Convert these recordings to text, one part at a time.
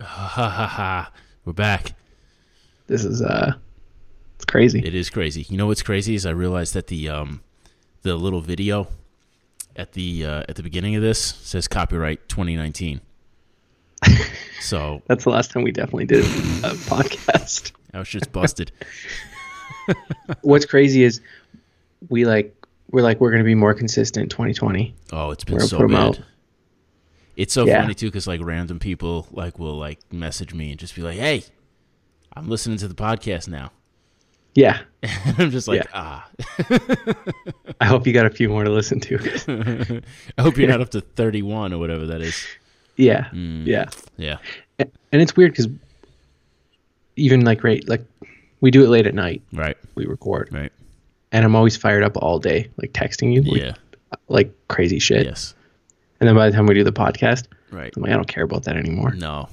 ha ha ha. We're back. This is uh, it's crazy. It is crazy. You know what's crazy is I realized that the um, the little video at the uh, at the beginning of this says copyright 2019. so That's the last time we definitely did a podcast. our shit's busted. What's crazy is we like we're like we're gonna be more consistent 2020. Oh, it's been We're gonna so put 'em bad. out. It's so Yeah. funny too, because like random people like will like message me and just be like, "Hey, I'm listening to the podcast now." Yeah, I'm just like, Yeah. ah. I hope you got a few more to listen to. I hope you're not up to 31 or whatever that is. yeah, yeah, Yeah. and it's weird because even like right like we do it late at night. Right. We record, Right. and I'm always fired up all day, like texting you, like, Yeah. like crazy shit. Yes. And then by the time we do the podcast, Right. I'm like, I don't care about that anymore. No.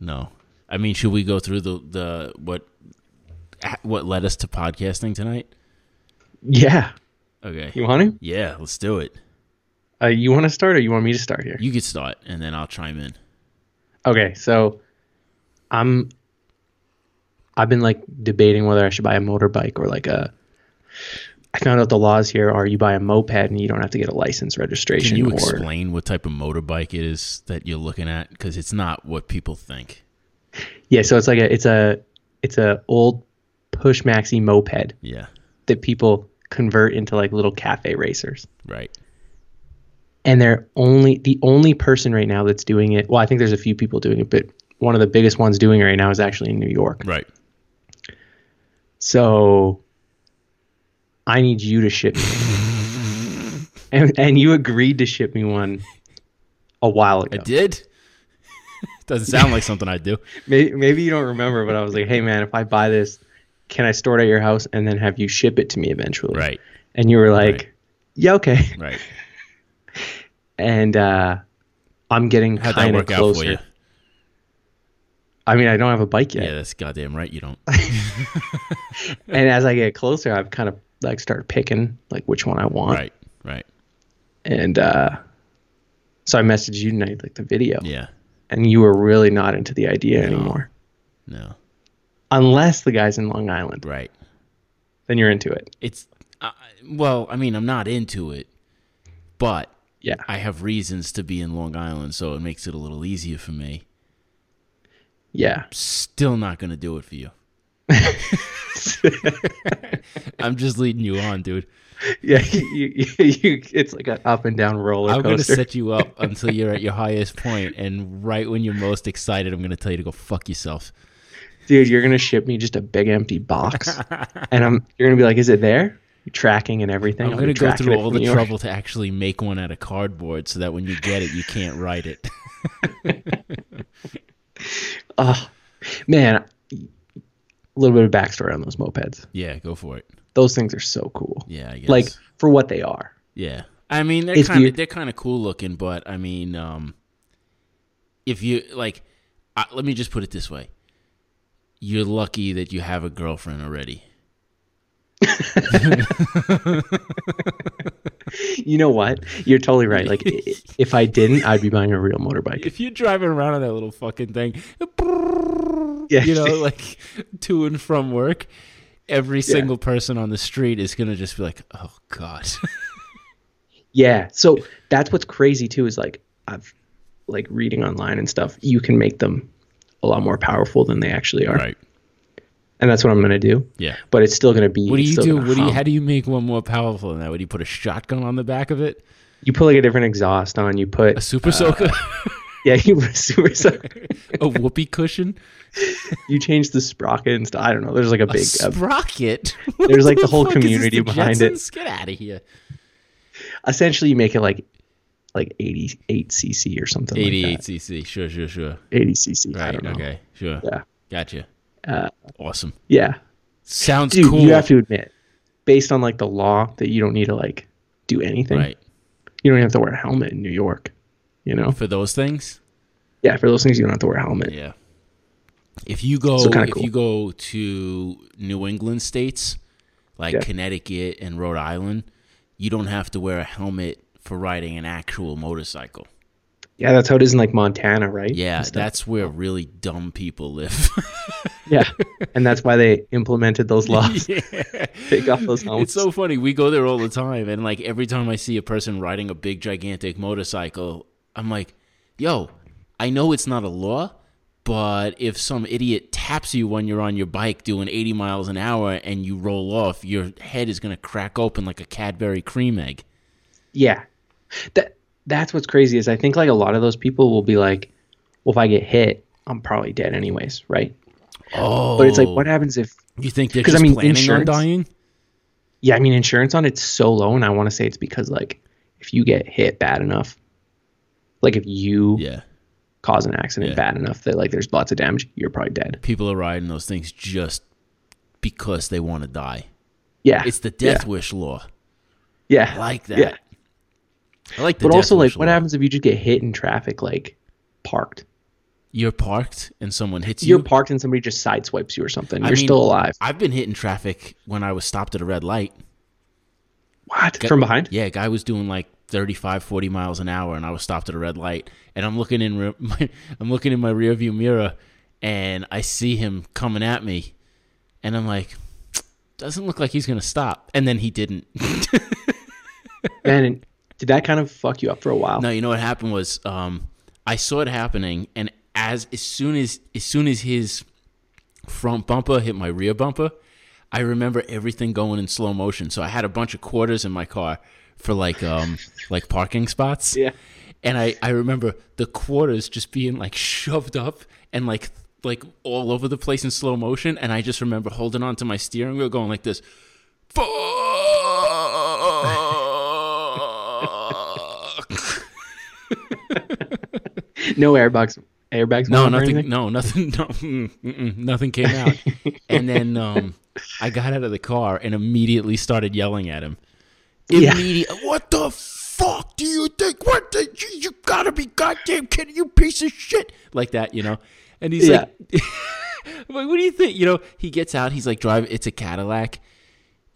No. I mean, should we go through the the what what led us to podcasting tonight? Yeah, Okay. you want to? Yeah, let's do it. Uh, you want to start, or you want me to start here? You could start and then I'll chime in. Okay, so I'm I've been like debating whether I should buy a motorbike or like a I found out the laws here are you buy a moped and you don't have to get a license registration Can you or explain what type of motorbike it is that you're looking at cuz it's not what people think. Yeah, so it's like a it's a it's a old push maxi moped Yeah. that people convert into like little cafe racers. Right. and they're only the only person right now that's doing it. Well, I think there's a few people doing it, but one of the biggest ones doing it right now is actually in New York. Right. So I need you to ship me. one. and and you agreed to ship me one a while I ago. did. Doesn't sound like something I do. Maybe, maybe you don't remember, but I was like, "Hey man, if I buy this, can I store it at your house and then have you ship it to me eventually?" Right. And you were like, Right. "Yeah, okay." Right. And uh I'm getting How'd that kind of work out for closer. you? I mean, I don't have a bike yet. Yeah, that's goddamn right. You don't. and as I get closer, I've kind of like started picking like which one I want. right, right. And uh, so I messaged you tonight like the video, Yeah, and you were really not into the idea anymore. no, Unless the guy's in Long Island, right. then you're into it. It's uh, well, I mean, I'm not into it, but Yeah, I have reasons to be in Long Island, so it makes it a little easier for me. yeah. Still not gonna do it for you. I'm just leading you on, dude. Yeah, you, you, you, it's like an up and down roller I'm gonna coaster. set you up until you're at your highest point, and right when you're most excited, I'm gonna tell you to go fuck yourself. Dude, you're gonna ship me just a big empty box, and I'm you're gonna be like, "Is it there?" Tracking and everything. I'm I'll gonna be go tracking through it all from the New York. trouble to actually make one out of cardboard, so that when you get it, you can't write it. Man, a little bit of backstory on those mopeds. yeah, go for it. Those things are so cool. Yeah, I guess. like for what they are. Yeah, I mean they're It's kind of weird. they're kind of cool looking, but I mean, um, if you like, I, let me just put it this way: you're lucky that you have a girlfriend already. You know what? You're totally right. Like i- i- if I didn't, I'd be buying a real motorbike. If you're driving around on that little fucking thing, Yeah. you know, like to and from work, every single person on the street is gonna just be like, "Oh God, Yeah. So that's what's crazy too is like I've like reading online and stuff. You can make them a lot more powerful than they actually are, and that's what I'm gonna do. Yeah." But it's still gonna be. What do it's you still do? gonna What do you? hum. How do you make one more powerful than that? Would you put a shotgun on the back of it? You put like a different exhaust on. You put A super soaker? yeah. You put super. So a whoopee cushion? you change the sprocket and stuff. I don't know. The's like a big. uh, A, sprocket. There's, like, the whole fuck is this, community behind it. Jetsons? Get out of here. essentially, you make it like like 88 cc or something. Like Eighty-eight that. cc. E Sure, sure, sure. 80 cc. I Right. don't know. Okay. Sure. Yeah. Gotcha. awesome. Yeah. Sounds dude, cool. you have to admit, based on like the law, that you don't need to like do anything. right You don't have to wear a helmet in New York. You know? for those things. Yeah, for those things you don't have to wear a helmet. Yeah. If you go, kinda if cool. you go to New England states like Yeah. Connecticut and Rhode Island, you don't have to wear a helmet for riding an actual motorcycle. Yeah, that's how it is in like Montana, right? Yeah, And stuff. that's where really dumb people live. yeah, and that's why they implemented those laws. Yeah. Take off those helmets. It's so funny. We go there all the time, and like every time I see a person riding a big, gigantic motorcycle, I'm like, yo, I know it's not a law, but if some idiot taps you when you're on your bike doing 80 miles an hour and you roll off, your head is going to crack open like a Cadbury cream egg. Yeah. That that's what's crazy is I think like a lot of those people will be like, Well if I get hit, I'm probably dead anyways, right? Oh. But it's like what happens if You think they're 'Cause, I just mean, planning insurance- on dying? yeah, I mean insurance on it's so low and I wanna say it's because like if you get hit bad enough like if you Yeah. cause an accident Yeah. bad enough that like there's lots of damage, you're probably dead. People are riding those things just because they want to die. Yeah. It's the death wish law. Yeah. I like that. Yeah. I like the But death also like wish what law. happens if you just get hit in traffic like parked? You're parked and someone hits You're you. parked and somebody just sideswipes you or something. I You're mean, still alive. I've been hitting traffic when I was stopped at a red light. What? From behind? Yeah, a guy was doing like 35, 40 miles an hour, and I was stopped at a red light. And I'm looking in re- my, I'm looking in my rearview mirror, and I see him coming at me, and I'm like, doesn't look like he's gonna stop. And then he didn't. Man, and did that kind of fuck you up for a while? No, you know what happened was um, I saw it happening, and as as soon as as soon as his front bumper hit my rear bumper, I remember everything going in slow motion. So I had a bunch of quarters in my car for like um like parking spots. Yeah. And I, I remember the quarters just being like shoved up and like like all over the place in slow motion. And I just remember holding on to my steering wheel going like this. Fuck. No airbags. Airbags. went No, off or nothing. anything? No, nothing. No, mm, mm-mm, nothing came out. and then um, I got out of the car and immediately started yelling at him. Yeah. Immediately, what the fuck do you think? What the, you, you gotta be goddamn kidding, you piece of shit, like that, you know. And he's Yeah. like, I'm like, what do you think? You know, he gets out. He's like, drive. It's a Cadillac.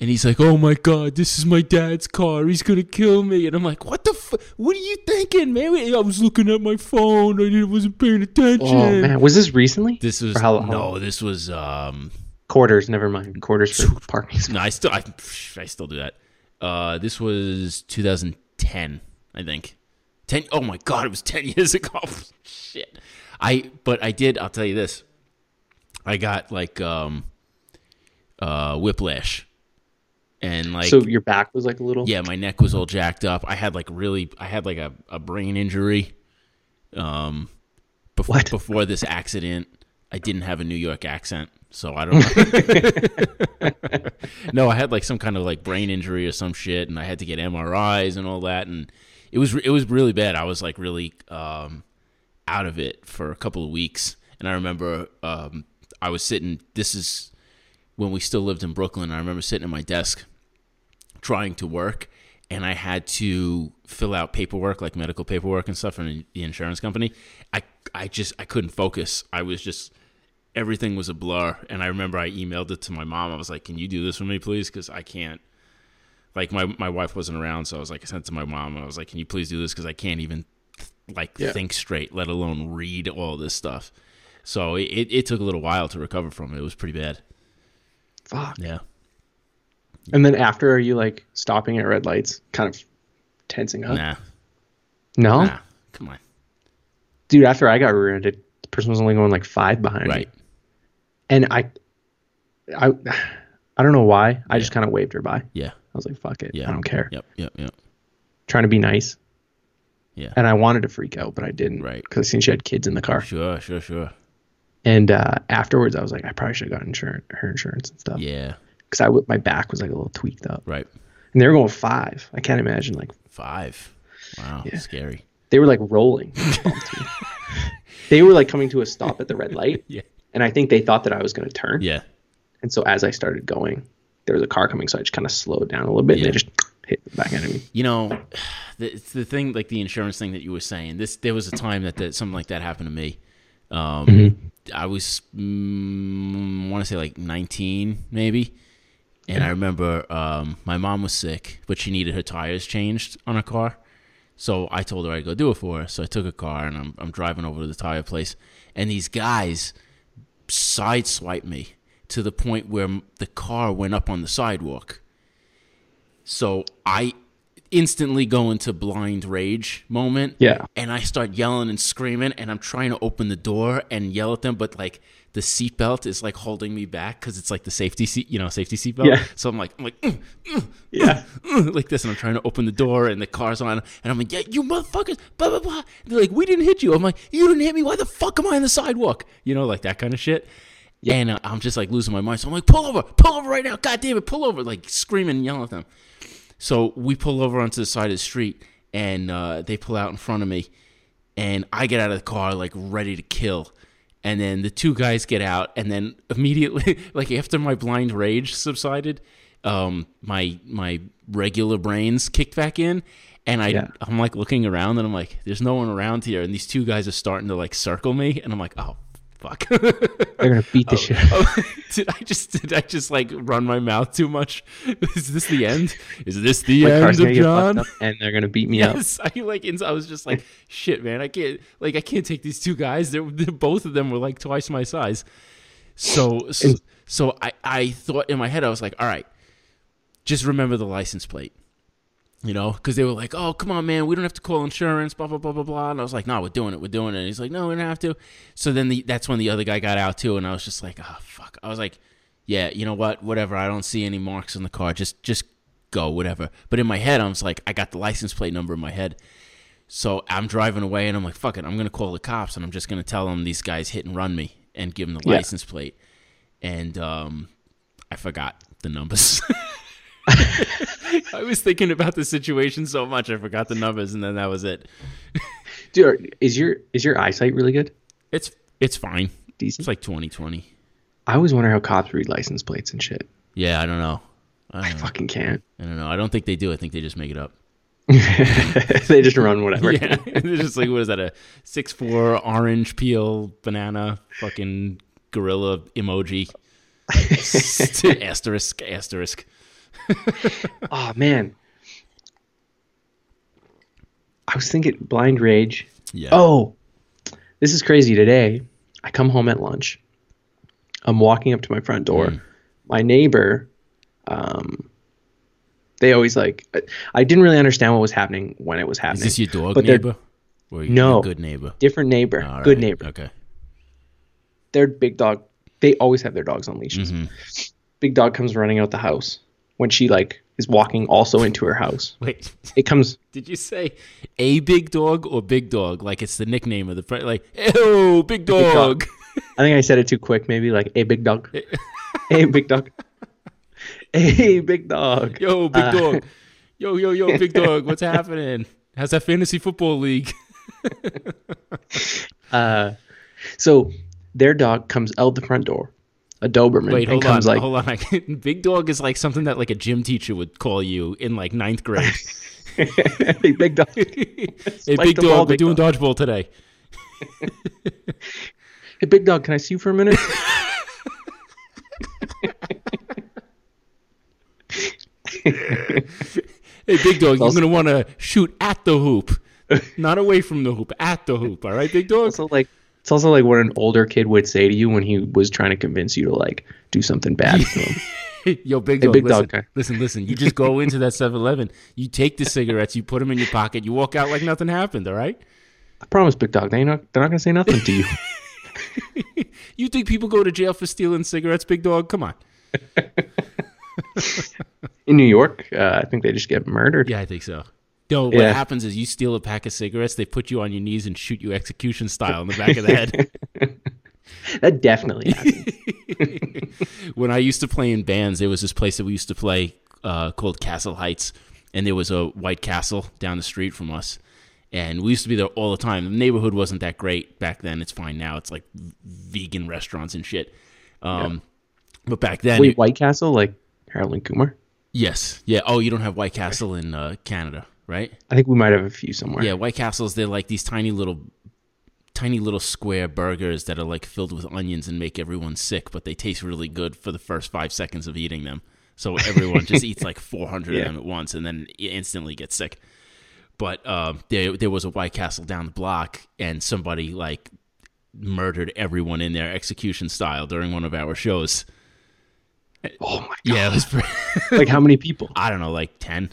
And he's like, "Oh my God, this is my dad's car. He's gonna kill me." And I'm like, "What the? F- what are you thinking, man? I was looking at my phone. I didn't- wasn't paying attention." Oh man, was this recently? This was Or how long? no. This was um. quarters. Never mind. Quarters for parking. No, I still I, I still do that. Uh, this was 2010, I think. Ten. Oh my God, it was 10 years ago. Shit. I but I did. I'll tell you this. I got like um, uh, whiplash, and like so your back was like a little. yeah, my neck was all jacked up. I had like really, I had like a, a brain injury. Um, before What? before this accident, I didn't have a New York accent, so I don't. know. no, I had like some kind of like brain injury or some shit, and I had to get MRIs and all that, and it was it was really bad. I was like really um, out of it for a couple of weeks, and I remember um, I was sitting. This is when we still lived in Brooklyn. I remember sitting at my desk trying to work and I had to fill out paperwork like medical paperwork and stuff from the insurance company. I I just I couldn't focus. I was just everything was a blur and I remember I emailed it to my mom. I was like, "Can you do this for me, please? Cuz I can't like my my wife wasn't around, so I was like I sent it to my mom and I was like, "Can you please do this cuz I can't even like Yeah. think straight, let alone read all this stuff." So it, it, it took a little while to recover from it. It was pretty bad. Fuck. Yeah. And then after, are you like stopping at red lights, kind of tensing up? Nah. No, Nah. Come on. dude. After I got rear-ended, the person was only going like five behind me, Right. and I, I, I don't know why. I just kind of waved her by. I Yeah. was like, "Fuck it. Yeah. I don't care." Yep. Yep. Yep. Trying to be nice. Yeah. And I wanted to freak out, but I didn't. Right. Because I seen she had kids in the car. Sure, sure, sure. And uh, afterwards, I was like, I probably should have got insurance, her insurance and stuff. Yeah, Because I w- my back was like a little tweaked up. right. And they were going five. I can't imagine. Like Five. Wow, scary. they were like rolling. Bumped me. they were like coming to a stop at the red light. Yeah. And I think they thought that I was going to turn. Yeah. And so as I started going, there was a car coming, so I just kind of slowed down a little bit, Yeah. and they just hit the back end of me. You know, the, it's the thing, like the insurance thing that you were saying, this there was a time that, that something like that happened to me. Um, I was, mm, want to say like 19, maybe. And I remember um, my mom was sick, but she needed her tires changed on her car. So I told her I'd go do it for her. So I took a car and I'm, I'm driving over to the tire place. And these guys sideswiped me to the point where m- the car went up on the sidewalk. So I instantly go into blind rage moment. Yeah. And I start yelling and screaming, and I'm trying to open the door and yell at them, but like the seatbelt is like holding me back because it's like the safety seat, you know, safety seatbelt. Yeah. So I'm like, I'm like, "Mm, mm, Yeah. like this, and I'm trying to open the door, and the car's on, and I'm like, yeah, you motherfuckers, blah blah blah. And they're like, we didn't hit you. I'm like, you didn't hit me. Why the fuck am I on the sidewalk? You know, like that kind of shit. And uh, I'm just like losing my mind. So I'm like, pull over, pull over right now, god damn it, pull over, like screaming and yelling at them. So we pull over onto the side of the street, and uh, they pull out in front of me, and I get out of the car like ready to kill. And then the two guys get out, and then immediately, like after my blind rage subsided, um, my my regular brains kicked back in, and I Yeah. I'm like looking around, and I'm like, there's no one around here, and these two guys are starting to like circle me, and I'm like, oh fuck. They're gonna beat the shit. Oh, did I just did I just like run my mouth too much? Is this the end? Is this the My end car's gonna of get fucked John? up, and they're gonna beat me up. Yes, I like. ins- I was just like, shit, man. I can't. Like, I can't take these two guys. They're, they're- both of them were like twice my size. So, so, so I, I thought in my head, I was like, all right, just remember the license plate. You know, because they were like, "Oh, come on, man, we don't have to call insurance." Blah blah blah blah blah. And I was like, "No, we're doing it. We're doing it." And he's like, "No, we don't have to." So then the, that's when the other guy got out too, and I was just like, "Ah, fuck." I was like, "Yeah, you know what? Whatever. I don't see any marks on the car. Just just go, whatever." But in my head, I was like, "I got the license plate number in my head." So I'm driving away, and I'm like, "Fuck it. I'm gonna call the cops, and I'm just gonna tell them these guys hit and run me, and give them the Yeah. license plate." And um, I forgot the numbers. I was thinking about the situation so much, I forgot the numbers, and then that was it. Dude, are- is your is your eyesight really good? It's it's fine. Decent. It's like 2020. I always wonder how cops read license plates and shit. Yeah, I don't know. I I don't know. fucking can't. I don't know. I don't think they do. I think they just make it up. they just run whatever. Yeah, it's just like what is that a six four orange peel banana fucking gorilla emoji asterisk asterisk. Oh man. I was thinking blind rage. Yeah. Oh, this is crazy. Today, I come home at lunch. I'm walking up to my front door. Hmm. My neighbor, um, they always like. I- I didn't really understand what was happening when it was happening. is this your dog but they're- neighbor? Or your No. good neighbor. Different neighbor, All good right, neighbor. Okay. Their big dog. They always have their dogs on leashes. Mm-hmm. Big dog comes running out the house when she like is walking also into her house. Wait, It comes did you say a big dog or big dog? Like it's the nickname of the friend. Like, oh, big dog. dog. I think I said it too quick. Maybe like, "Hey, big dog. hey, big dog. Hey, big dog." Yo, big Uh, dog. Yo, yo, yo, big dog. What's happening? How's that fantasy football league? Uh, so their dog comes out the front door, a Doberman, Wait, and hold on, comes like, hold on. I can- big dog is like something that like a gym teacher would call you in like ninth grade. "Hey, big dog. hey, Spike big the ball, dog, we're big doing dodgeball today. Hey, big dog. Can I see you for a minute?" Hey, big dog, you're also- gonna want to shoot at the hoop, not away from the hoop, at the hoop. All right, big dog. It's also like it's also like what an older kid would say to you when he was trying to convince you to like do something bad. for him. Yo, big dog, big listen, dog, okay. listen, listen. You just go into that 7-Eleven, you take the cigarettes, you put them in your pocket, you walk out like nothing happened. All right. I promise, big dog. They ain't not, they're not gonna say nothing to you. You think people go to jail for stealing cigarettes, big dog? Come on. In New York, uh, I think they just get murdered. Yeah, I think so. No, what Yeah. happens is you steal a pack of cigarettes, they put you on your knees and shoot you execution style in the back of the head. That definitely happened. when I used to play in bands, there was this place that we used to play uh, called Castle Heights, and there was a White Castle down the street from us. And we used to be there all the time. The neighborhood wasn't that great back then. It's fine now. It's like vegan restaurants and shit. Um, But back then, Wait, White Castle, like Harold and Kumar. yes, yeah. Oh, you don't have White Castle in uh, Canada, right? I think we might have a few somewhere. Yeah, White Castles, they're like these tiny little tiny little square burgers that are like filled with onions and make everyone sick, but they taste really good for the first 5 seconds of eating them. So everyone just eats like 400 Yeah. of them at once and then i- instantly gets sick. But um, there there was a White Castle down the block, and somebody like murdered everyone in their execution style during one of our shows. Oh my god! Yeah, it was. Pretty, Like how many people? I don't know, like ten,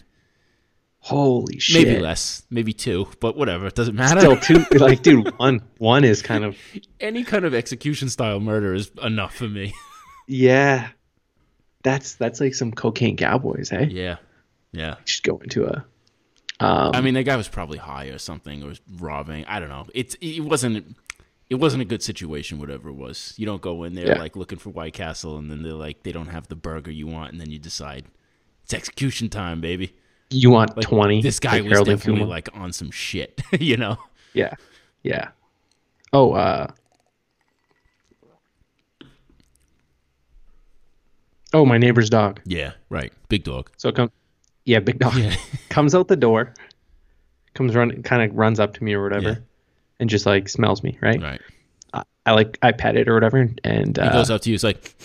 Holy shit! maybe less, maybe two, but whatever. It doesn't matter. Still two. Like, dude, one one is kind of Any kind of execution style murder is enough for me. yeah. That's that's like some cocaine cowboys, hey? yeah, yeah. Just go into a Um, I mean, that guy was probably high or something, or was robbing. I don't know. It's it wasn't it wasn't a good situation, whatever it was. You don't go in there Yeah. like looking for White Castle, and then they're like they don't have the burger you want, and then you decide it's execution time, baby. you want Like, twenty. This guy like was Harold and definitely Kumar. like on some shit, you know. yeah, yeah. Oh, uh, oh, my neighbor's dog. Yeah, right. Big dog. So it comes, yeah, big dog comes out the door, comes run, kind of runs up to me or whatever, Yeah. and just like smells me, right? Right. I like I pet it or whatever, and He uh, goes up to you. It's like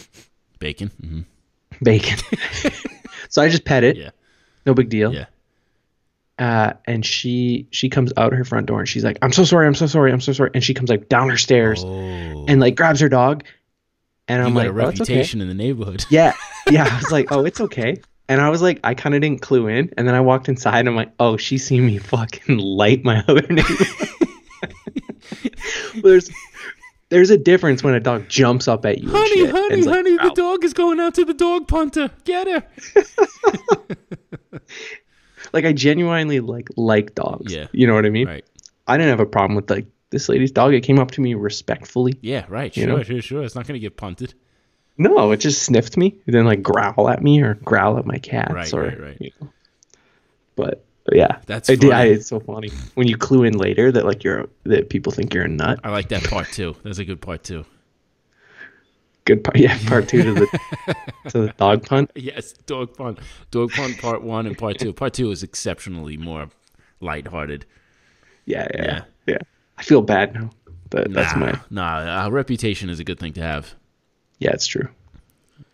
bacon. hmm bacon. so I just pet it, Yeah. no big deal. Yeah. Uh, and she she comes out her front door and she's like, "I'm so sorry, I'm so sorry, I'm so sorry," and she comes like down her stairs Oh. and like grabs her dog, and You I'm got like, a "Oh, it's okay." reputation in the neighborhood. Yeah, yeah. I was like, "Oh, it's okay." And I was like, I kind of didn't clue in, and then I walked inside, and I'm like, "Oh, she seen me fucking light my other neighbor." there's there's a difference when a dog jumps up at you. and Honey, shit, and honey, is like, honey, the "Ow." dog is going out to the dog punter. Get her. like I genuinely like like dogs. Yeah. You know what I mean? Right. I didn't have a problem with like this lady's dog. It came up to me respectfully. Yeah, right. Sure, You know? sure, sure. It's not going to get punted. No, it just sniffed me. It didn't like growl at me or growl at my cats Right, or right, right. you know. But yeah. That's I did, I, funny. it's so funny. When you clue in later that like you're that people think you're a nut. I like that part too. That's a good part too. Good part yeah, part two to the to the dog punt. Yes, dog punt, dog punt. Part one and part two. Part two is exceptionally more lighthearted. Yeah, yeah. Yeah. Yeah. I feel bad now. But that's nah, my nah. Our reputation is a good thing to have. yeah, it's true.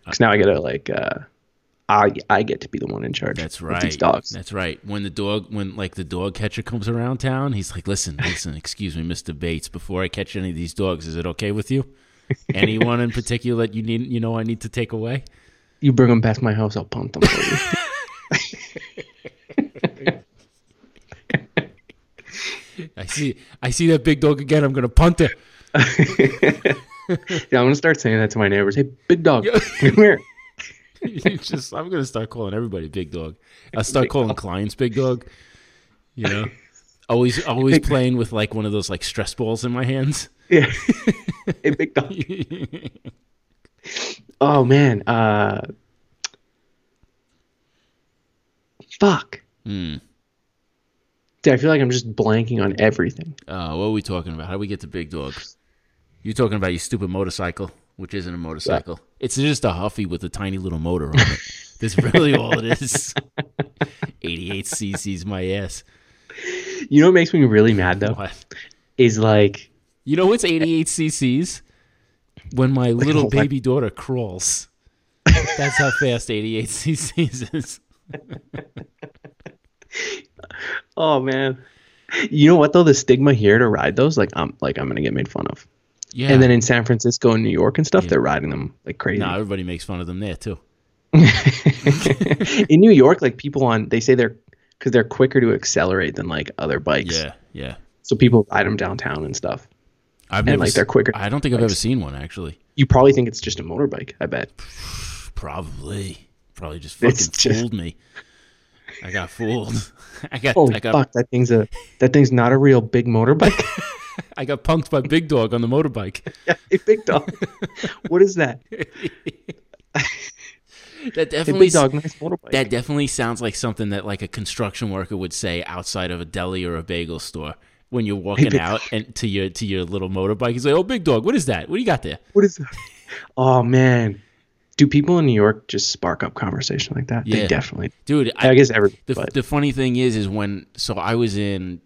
Because now I gotta like uh I I get to be the one in charge. That's of right. These dogs. That's right. When the dog, when like the dog catcher comes around town, he's like, "Listen, listen, excuse me, Mister Bates. Before I catch any of these dogs, is it okay with you? Anyone in particular that you need, you know, I need to take away? You bring them past my house, I'll pump them. For you. I see, I see that big dog again. I'm gonna punt it. Yeah, I'm gonna start saying that to my neighbors. Hey, big dog, come here. You just I'm gonna start calling everybody big dog. I'll start calling clients big dog. You know? Always always playing with like one of those like stress balls in my hands. Uh, Yeah. hey, big dog. Oh man. Uh. Fuck. Hmm. Dude, I feel like I'm just blanking on everything. Uh, what are we talking about? How do we get to big dog? You're talking about your stupid motorcycle, which isn't a motorcycle. It's just a huffy with a tiny little motor on it. That's really all it is. 88 cc's my ass. You know what makes me really mad though What? is like, You know what's 88 cc's? When my little what? baby daughter crawls. That's how fast 88 cc's is. oh man. You know what though? The stigma here to ride those, like I'm like I'm gonna get made fun of. Yeah. And then in San Francisco and New York and stuff, they're riding them like crazy. no, everybody makes fun of them there too. in New York, like people on they say they're because they're quicker to accelerate than like other bikes. Yeah, yeah. So people ride them downtown and stuff. I've never like, s- they're quicker I don't think I've ever seen one actually. You probably think it's just a motorbike. I bet. Probably. Probably just fucking It's just- fooled me. I got fooled. I got Holy I got fuck! That thing's a that thing's not a real big motorbike. I got punked by Big Dog on the motorbike. hey, big dog. what is that? That Hey, definitely big dog, nice motorbike. That definitely sounds like something that like a construction worker would say outside of a deli or a bagel store when you're walking big out and to your to your little motorbike. He's like, "Oh, big dog, what is that? What do you got there?" what is that? Oh man, do people in New York just spark up conversation like that? Yeah. They definitely. Dude, I, I, guess every. the but- the funny thing is, is when so I was in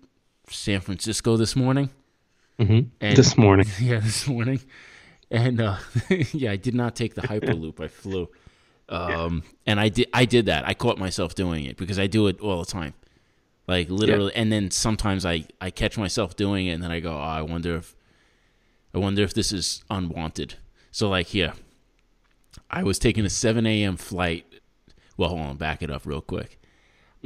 San Francisco this morning. Mhm. and- this morning. Yeah, this morning, and uh, yeah, I did not take the hyperloop. I flew, um, and I did I did that. I caught myself doing it because I do it all the time. like literally and then sometimes i i catch myself doing it and then i go oh, i wonder if i wonder if this is unwanted so like here i was taking a 7 a.m flight well hold on back it up real quick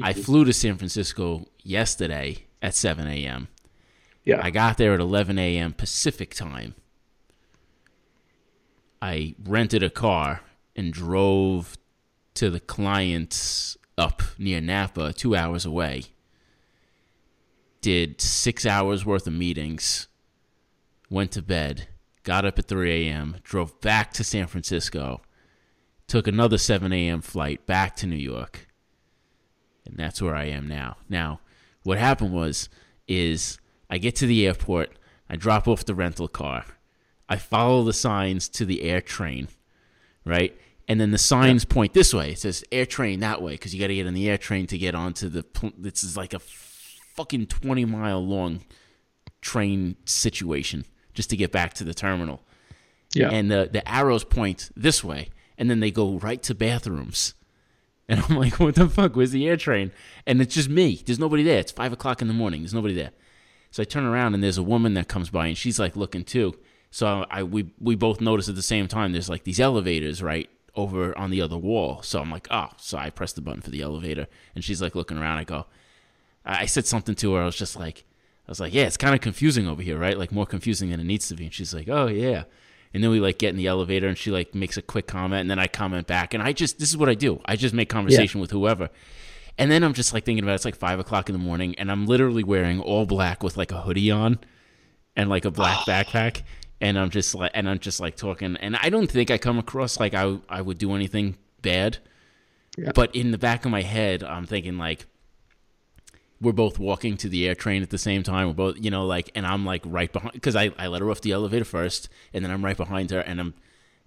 i flew to san francisco yesterday at 7 a.m Yeah. I got there at 11 a.m. Pacific time. I rented a car and drove to the client's up near Napa, two hours away. Did six hours worth of meetings, went to bed, got up at 3 a.m., drove back to San Francisco, took another 7 a.m. flight back to New York. And that's where I am now. Now, what happened was, is I get to the airport, I drop off the rental car, I follow the signs to the air train, right? And then the signs point this way. It says air train that way because you got to get on the air train to get onto the. Pl- this is like a fucking twenty mile long train situation just to get back to the terminal yeah. and the, the arrows point this way and then they go right to bathrooms and i'm like what the fuck where's the air train and it's just me there's nobody there it's five o'clock in the morning there's nobody there so i turn around and there's a woman that comes by and she's like looking too so i we, we both notice at the same time there's like these elevators right over on the other wall so i'm like oh so i press the button for the elevator and she's like looking around i go I I said something to her. I was just like, I was like, yeah, it's kind of confusing over here, right? Like more confusing than it needs to be. And she's like, oh yeah. And then we like get in the elevator, and she like makes a quick comment, and then I comment back, and I just this is what I do. I just make conversation with whoever. And then I'm just like thinking about it. it's like five o'clock in the morning, and I'm literally wearing all black with like a hoodie on, and like a black backpack, and I'm just like and I'm just like talking, and I don't think I come across like I I would do anything bad, Yeah. but in the back of my head, I'm thinking like we're both walking to the air train at the same time. We're both, you know, like, and I'm like right behind because I, I let her off the elevator first, and then I'm right behind her, and I'm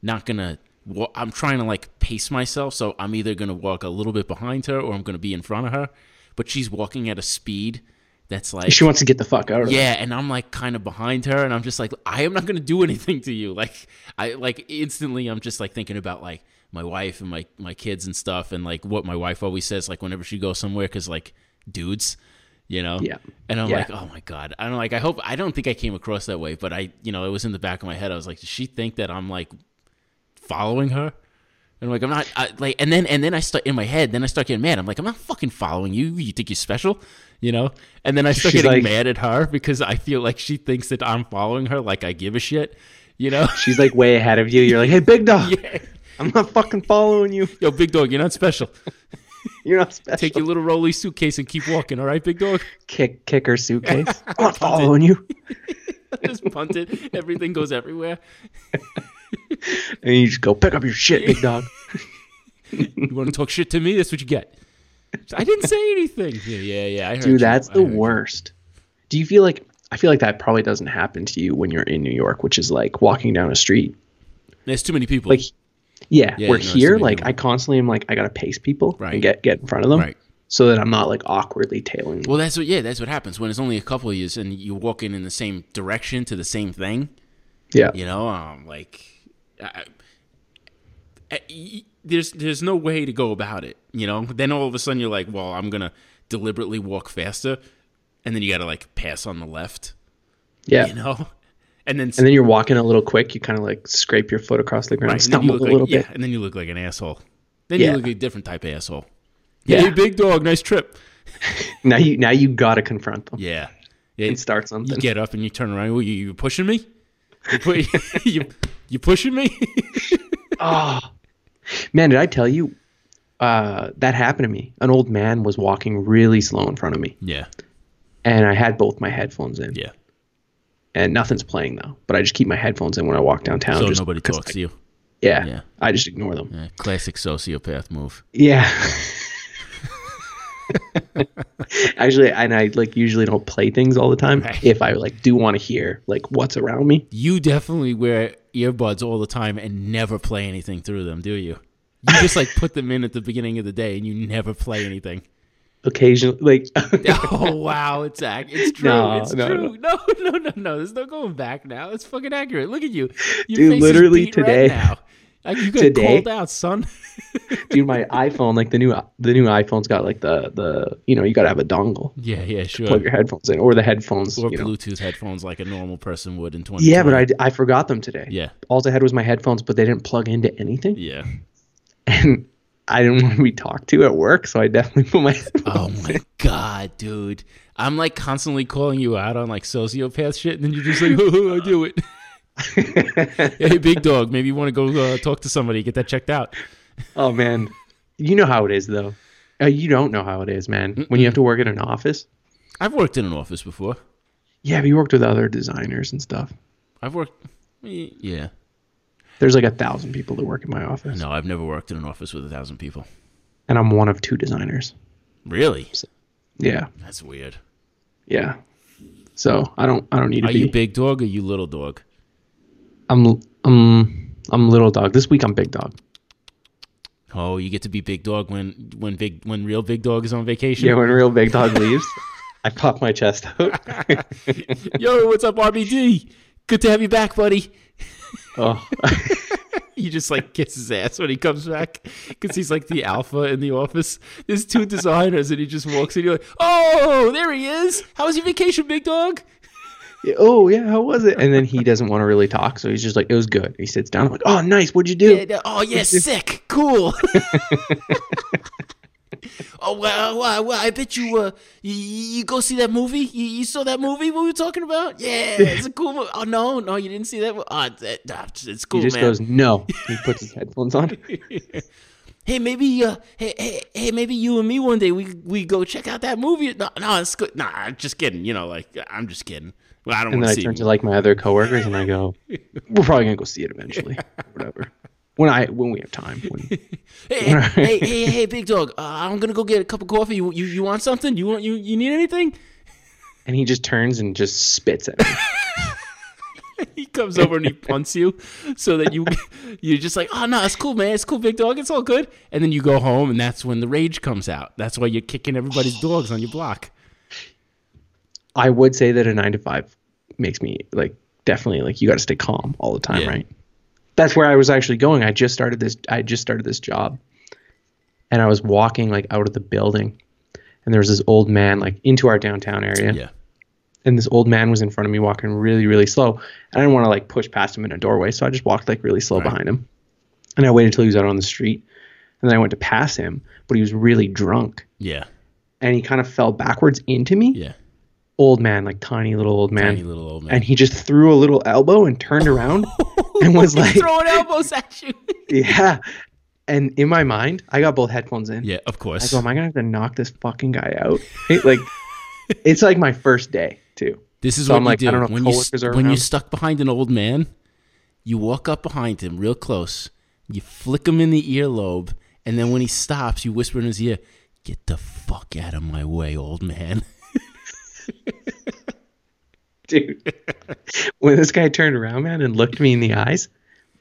not gonna. wa- I'm trying to like pace myself, so I'm either gonna walk a little bit behind her or I'm gonna be in front of her. But she's walking at a speed that's like she wants to get the fuck out of yeah, and I'm like kind of behind her, and I'm just like, I am not gonna do anything to you. Like, I like instantly, I'm just like thinking about like my wife and my my kids and stuff, and like what my wife always says, like whenever she goes somewhere, because like dudes, you know. Yeah. And I'm Yeah. like, oh my god, I don't like. I hope I don't think I came across that way, but I, you know, it was in the back of my head. I was like, does she think that I'm like following her? And I'm like, I'm not I, like, and then and then I start in my head, then I start getting mad. I'm like, I'm not fucking following you. You think you're special, you know? And then I start She's getting like- mad at her because I feel like she thinks that I'm following her, like I give a shit, you know? She's like way ahead of you. You're like, hey, big dog, yeah. I'm not fucking following you. Yo, big dog, you're not special. You're not special. Take your little rolly suitcase and keep walking, all right, big dog? kick, kick her suitcase. I'm not following you. Just punt it. Everything goes everywhere. And you just go pick up your shit, big dog. You want to talk shit to me? That's what you get. I didn't say anything. Yeah, yeah, yeah. I heard you. Dude, that's I the heard you. worst. Do you feel like I feel like that probably doesn't happen to you when you're in New York, which is like walking down a street. There's too many people. Like yeah, Yeah, we're no, I see here, what you like mean. I constantly am like I gotta pace people Right. and get get in front of them Right. so that I'm not like awkwardly tailing them. Well, that's what. Yeah, that's what happens when it's only a couple of years and you walk in in the same direction to the same thing. yeah. You know, um, like I, I- y- there's there's no way to go about it. You know, then all of a sudden you're like, well, I'm gonna deliberately walk faster, and then you gotta like pass on the left. Yeah. You know, and then And then you're walking a little quick, you kinda like scrape your foot across the ground, Right, and then you stumble a look like- little yeah, bit. and then you look like an asshole. Then you Yeah. look like a different type of asshole. Yeah. Hey, big dog, nice trip. Now you now you gotta confront them Yeah. Yeah, and start something. you get up and you turn around. Well, you, you pushing me? You, pu- you, you pushing me? Oh, man, did I tell you? Uh, that happened to me. An old man was walking really slow in front of me, yeah. and I had both my headphones in, Yeah. and nothing's playing though. But I just keep my headphones in when I walk downtown. So just nobody 'cause talks I- to you. yeah, Yeah. I just ignore them. Yeah, classic sociopath move. Yeah. Actually, and I like usually don't play things all the time. Right. If I like do want to hear like what's around me, You definitely wear earbuds all the time and never play anything through them, do you? You just like put them in at the beginning of the day and you never play anything. occasionally, like Oh wow, it's ac- it's true. No, it's no, true. No, no, no, no. There's no going back now. It's fucking accurate. Look at you. Your Dude, face is literally beat red today- now. Like, you got Today? called out, son. Dude, my iPhone, like the new the new iPhone's got like the the you know you gotta have a dongle Yeah, yeah, sure. plug your headphones in or the headphones. or you know. Bluetooth headphones like a normal person would in 2020. Yeah, but I, I forgot them today. Yeah, All I had was my headphones, but they didn't plug into anything, yeah. and I didn't want to be talked to at work, so I definitely put my. Oh my god, dude! I'm like constantly calling you out on like sociopath shit, and then you're just like, "Oh, I do it." hey, big dog, maybe you want to go uh, talk to somebody, get that checked out. oh man, you know how it is though. Uh, you don't know how it is, man. When you have to work in an office. I've worked in an office before. Yeah, but you worked with other designers and stuff. I've worked. eh, Yeah. There's like a thousand people that work in my office, No, I've never worked in an office with a thousand people. and I'm one of two designers. Really? Yeah, That's weird. yeah. So I don't, I don't need to Are be. you big dog or you little dog? I'm, I'm, I'm little dog. This week I'm big dog. Oh, you get to be big dog when when big when real big dog is on vacation. Yeah, when real big dog leaves, I pop my chest out. Yo, what's up, RBD? Good to have you back, buddy. oh, He just like gets his ass when he comes back because he's like the alpha in the office. There's two designers, and he just walks in. You're like, oh, there he is. How was your vacation, big dog? oh yeah, how was it? And then he doesn't want to really talk, so he's just like, it was good. He sits down. I'm like, oh nice, what'd you do? Yeah, no- oh yeah, sick, cool. oh wow, wow, wow! I bet you, uh, you, you go see that movie. You, you saw that movie? What we were talking about? Yeah, it's a cool movie. Oh no, no, you didn't see that. mo- Ah, that, ah, it's- it's cool, he just man. goes no. He puts his headphones on. hey, maybe, uh, hey, hey, hey, maybe you and me one day we we go check out that movie. No, no, it's good. Nah, I'm just kidding. You know, like I'm just kidding. Well, I don't And want then I to see. turn to like my other coworkers and I go, we're probably gonna go see it eventually, whatever. When I when we have time. When, Hey, hey, hey, hey, big dog. Uh, I'm gonna go get a cup of coffee. You, you, you want something? You want you, you need anything? and he just turns and just spits at me. he comes over and he punts you so that you you're just like oh no it's cool man it's cool big dog it's all good and then you go home and that's when the rage comes out that's why you're kicking everybody's dogs on your block I would say that a nine to five makes me like definitely like you got to stay calm all the time, Yeah. right? That's where I was actually going. I just started this. I just started this job, and I was walking like out of the building, and there was this old man like into our downtown area, yeah and this old man was in front of me walking really really slow, and I didn't want to like push past him in a doorway, so I just walked like really slow behind him, and I waited until he was out on the street, and then I went to pass him, but he was really drunk, yeah and he kind of fell backwards into me. yeah Old man, like tiny little old man Tiny little old man and he just threw a little elbow and turned around and was like, throwing elbows at you yeah. And in my mind, I got both headphones in. yeah of course So am I gonna have to knock this fucking guy out? It, like, it's like my first day too. this is so what I'm you like, I do don't know if when you coworkers are when you're around. stuck behind an old man you walk up behind him real close you flick him in the earlobe and then when he stops you whisper in his ear get the fuck out of my way old man Dude, when this guy turned around, man, and looked me in the eyes,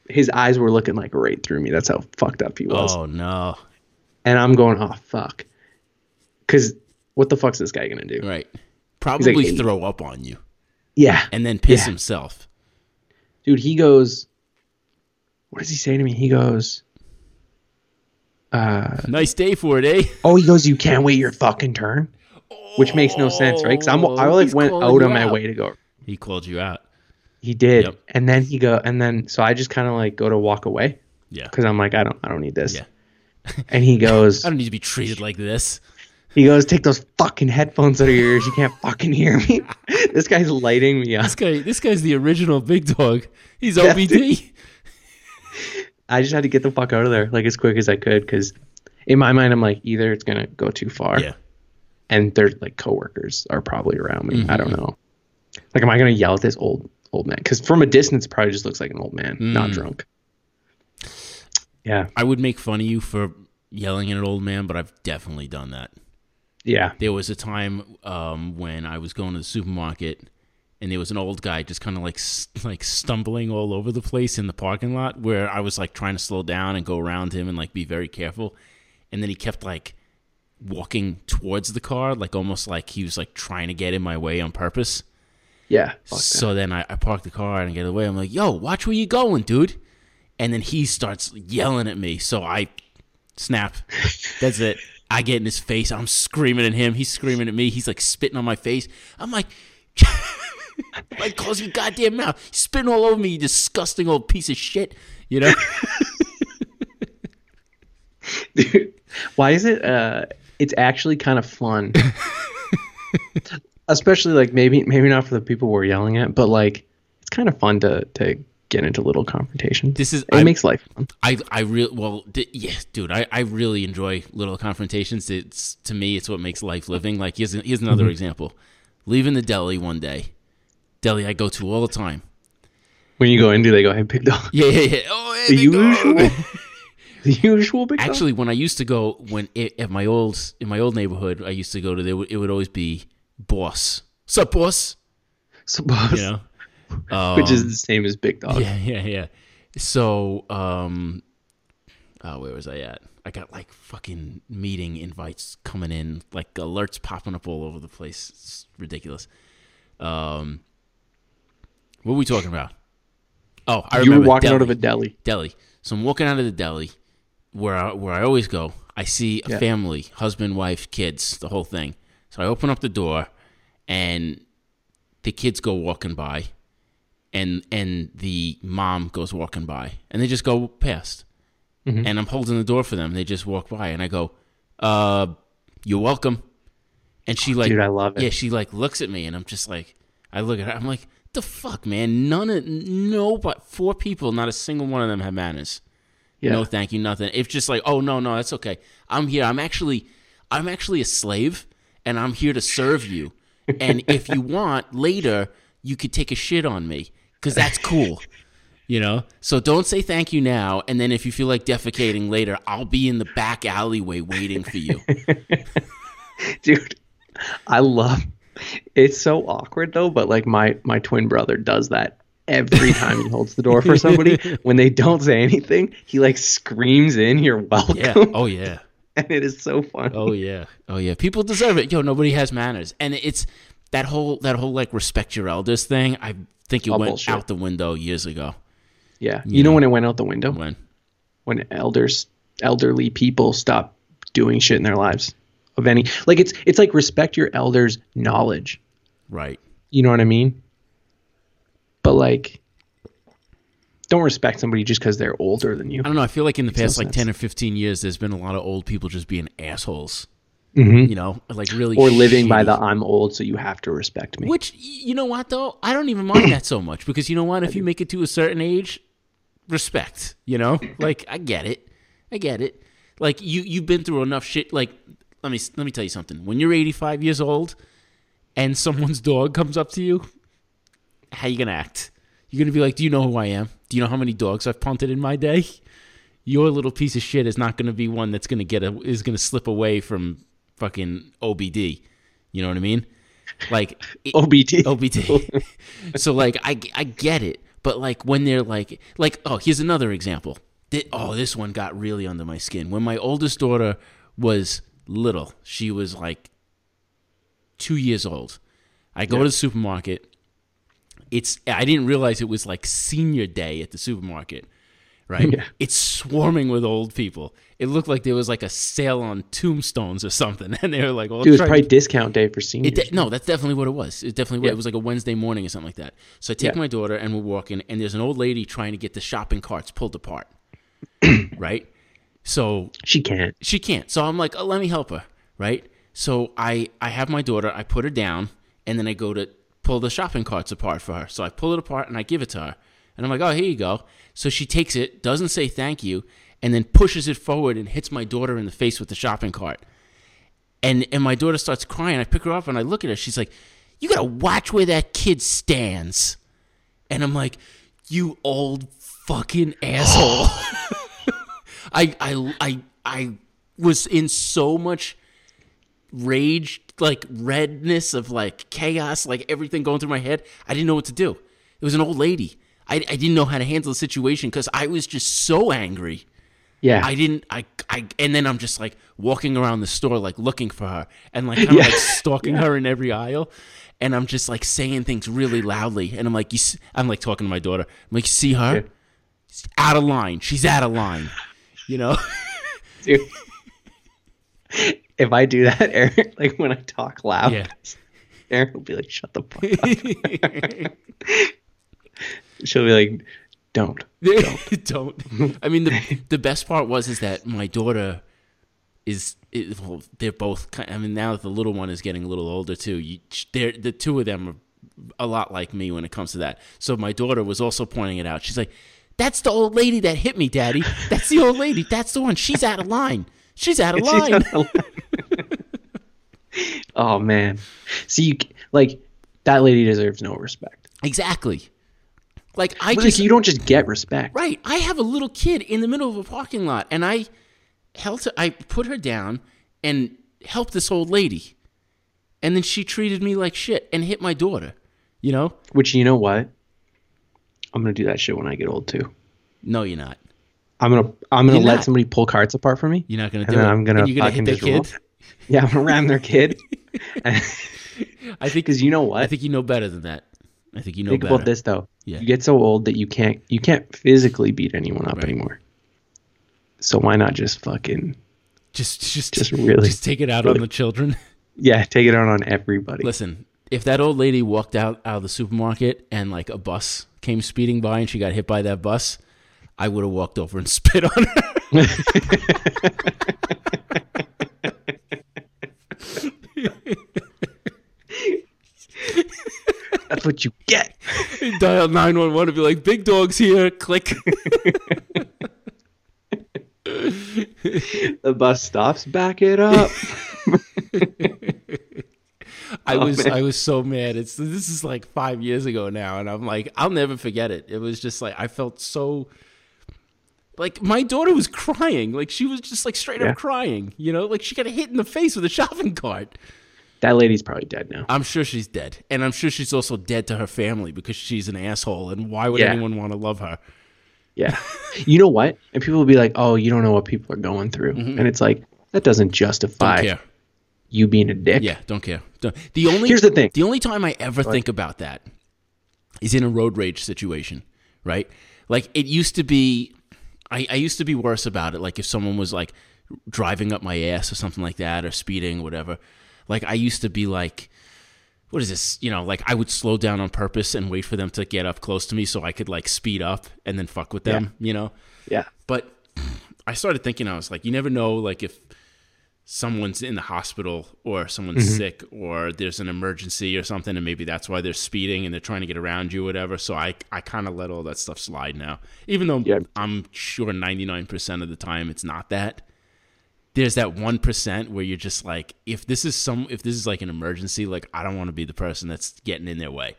his eyes were looking like right through me. That's how fucked up he was. oh no And I'm going, oh fuck, because what the fuck's this guy gonna do? Right. Probably "Hey." throw up on you Yeah, and then piss Yeah. himself. dude he goes what does he say to me he goes uh Nice day for it, eh? oh he goes you can't wait your fucking turn which makes no sense right because i'm i Oh, like he's went calling out you on my out. way to go He called you out. he did Yep. and then he go and then so i just kind of like go to walk away Yeah. because i'm like i don't i don't need this Yeah. and he goes I don't need to be treated like this. he goes take those fucking headphones out of your ears you can't fucking hear me this guy's lighting me up This guy this guy's the original big dog. He's Yeah, OBD. i just had to get the fuck out of there like as quick as i could because in my mind i'm like either it's gonna go too far Yeah. and their like coworkers are probably around me. I don't Mm-hmm. know. Like, am I gonna yell at this old old man? Because from a distance, it probably just looks like an old man, not Mm. drunk. Yeah, I would make fun of you for yelling at an old man, but I've definitely done that. yeah, There was a time um, when I was going to the supermarket and there was an old guy just kind of like s- like stumbling all over the place in the parking lot where I was like trying to slow down and go around him and like be very careful and then he kept like walking towards the car like almost like he was like trying to get in my way on purpose yeah. Fuck that. so then I, I parked the car and I get away I'm like yo watch where you going dude and then he starts yelling at me. So I snap. That's it. I get in his face. I'm screaming at him. He's screaming at me. He's like spitting on my face. I'm like, like close your goddamn mouth. You're spitting all over me, you disgusting old piece of shit. You know? Dude, why is it? Uh, it's actually kind of fun, especially like maybe maybe not for the people we're yelling at, but like it's kind of fun to to get into little confrontations. This is- it I'm- makes life fun. I I real well d- yes, dude. I, I really enjoy little confrontations. It's to me, it's what makes life living. Like here's here's another example. Leaving the deli one day, deli I go to all the time. When you go in, do they go, "Hey, big dog"? Yeah, yeah, yeah. Oh, hey, The big dog. usual, the usual big dog. Actually, when I used to go, when it, at my old in my old neighborhood, I used to go to there. It would always be boss. Sup, boss? Suppose, You know, um, which is the same as big dog. yeah, yeah, yeah. So, um, oh, where was I at? I got like fucking meeting invites coming in, like alerts popping up all over the place. It's ridiculous. Um, what were we talking about? Oh, I you remember were walking deli, out of a deli. deli. So I'm walking out of the deli, where I, where I always go. I see a Yeah. family, husband, wife, kids, the whole thing. So I open up the door, and the kids go walking by, and and the mom goes walking by, and they just go past. Mm-hmm. And I'm holding the door for them. They just walk by, and I go, "Uh, you're welcome." And she like, Dude, I love it. Yeah, she like looks at me, and I'm just like, I look at her. I'm like, the fuck, man. None of no, but four people, not a single one of them have manners. Yeah. No, thank you, nothing. It's just like, oh no, no, that's okay. I'm here. I'm actually, I'm actually a slave, and I'm here to serve you. And if you want later, you could take a shit on me because that's cool. You know, so don't say thank you now, and then if you feel like defecating later, I'll be in the back alleyway waiting for you. dude i love it's so awkward though but like my my twin brother does that every time he holds the door for somebody when they don't say anything he like screams in you're welcome Yeah. Oh yeah. and it is so fun Oh yeah. Oh yeah. People deserve it. Yo, nobody has manners. And it's that whole that whole like respect your elders thing, I think it All went Oh, bullshit. out the window years ago. yeah you know when it went out the window When when elders elderly people stop doing shit in their lives of any like it's it's like respect your elders knowledge right. you know what i mean but like don't respect somebody just because they're older than you I don't know, I feel like in the past like no sense. ten or fifteen years there's been a lot of old people just being assholes. You know? Like really Mm-hmm. or living by shitty- the I'm old, so you have to respect me. Which y- you know what though? I don't even mind that so much because you know what? If you make it to a certain age, respect. You know, like I get it, I get it. Like you you've been through enough shit. Like let me let me tell you something. When you're 85 years old, and someone's dog comes up to you, how you gonna act? You're gonna be like, do you know who I am? Do you know how many dogs I've punted in my day? Your little piece of shit is not gonna be one that's gonna get a, is gonna slip away from fucking OBD. You know what I mean? Like it- OBT. Oh, OBT. so like I I get it, but like when they're like like oh here's another example. Thi- oh this one got really under my skin. When my oldest daughter was little, she was like two years old. I go to the supermarket. It's I didn't realize it was like senior day at the supermarket. Right, Yeah. it's swarming with old people. It looked like there was like a sale on tombstones or something, and they were like, "Well, Dude, it's try- probably discount day for seniors. it de- no, that's definitely what it was. It definitely was. Yeah. It was like a Wednesday morning or something like that. So I take Yeah. my daughter and we're walking, and there's an old lady trying to get the shopping carts pulled apart. right? So she can't. she can't. So I'm like, oh, let me help her, right? So I I have my daughter. I put her down, and then I go to pull the shopping carts apart for her. So I pull it apart and I give it to her, and I'm like, oh, here you go. So she takes it, doesn't say thank you, and then pushes it forward and hits my daughter in the face with the shopping cart. And and my daughter starts crying. I pick her up and I look at her. She's like, you gotta watch where that kid stands. And I'm like, you old fucking asshole. I I I I was in so much rage, like redness of like chaos, like everything going through my head. I didn't know what to do. It was an old lady. I, I didn't know how to handle the situation because I was just so angry. Yeah. I didn't. I, I. And then I'm just like walking around the store, like looking for her, and like kind of Yeah. like stalking her in every aisle. And I'm just like saying things really loudly, and I'm like, you. s- I'm like talking to my daughter. I'm like, you see her? She's out of line. She's out of line. You know? Dude. if I do that, Eric, like when I talk loud, Yeah. Eric will be like, "Shut the fuck up." She'll be like, "Don't." don't. I mean, the the best part was is that my daughter is. It, well, they're both. ki- I mean, now the little one is getting a little older too. You, they're the two of them are a lot like me when it comes to that. So my daughter was also pointing it out. She's like, "That's the old lady that hit me, Daddy. That's the old lady. That's the one. She's out of line. She's out of She's line." on the line. oh man, see, you, c- like that lady deserves no respect. exactly. Like I But just like, you don't just get respect. Right. I have a little kid in the middle of a parking lot, and I held her, I put her down and helped this old lady, and then she treated me like shit and hit my daughter. You know? Which you know what? I'm gonna do that shit when I get old too. No, you're not. I'm gonna I'm gonna You're let not. somebody pull cards apart for me. You're not gonna And do then it. I'm gonna and you're gonna hit fucking that just roll. kid. Yeah, I'm gonna ram their kid. I think Because you know what? I think you know better than that. I think you know Think better. about this though. Yeah. You get so old that you can't you can't physically beat anyone up Right. anymore. So why not just fucking Just, just, Just really- just take it out on the children. yeah take it out on everybody? Listen, if that old lady walked out, out of the supermarket and like a bus came speeding by and she got hit by that bus, I would have walked over and spit on her. That's what you get. dial 911 and be like, big dog's here, click. The bus stops. Back it up. I was I was so mad. It's this is like 5 years ago now and I'm like I'll never forget it. It was just like I felt so like my daughter was crying. Like she was just like straight Yeah. up crying, you know? Like she got hit in the face with a shopping cart. that lady's probably dead now. I'm sure she's dead. And I'm sure she's also dead to her family because she's an asshole and why would Yeah. anyone want to love her? Yeah. You know what? And people will be like, "Oh, you don't know what people are going through," and it's like that doesn't Mm-hmm. Don't justify care. you being a dick. Yeah, don't care. Don't- The only Here's the thing. The only time I ever think about that is in a road rage situation, right? Like it used to be, I, I used to be worse about it. Like if someone was like driving up my ass or something like that, or speeding, or whatever. Like I used to be like, what is this? You know, like I would slow down on purpose and wait for them to get up close to me so I could like speed up and then fuck with them. You know, Yeah. but I started thinking, I was like, you never know, like if someone's in the hospital or someone's sick or there's an emergency or something, and maybe that's why they're speeding and they're trying to get around you, whatever. So I, I kind of let all that stuff slide now, even though Yeah. I'm sure 99% of the time it's not that. There's that one percent where you're just like, if this is some, if this is like an emergency, like I don't want to be the person that's getting in their way,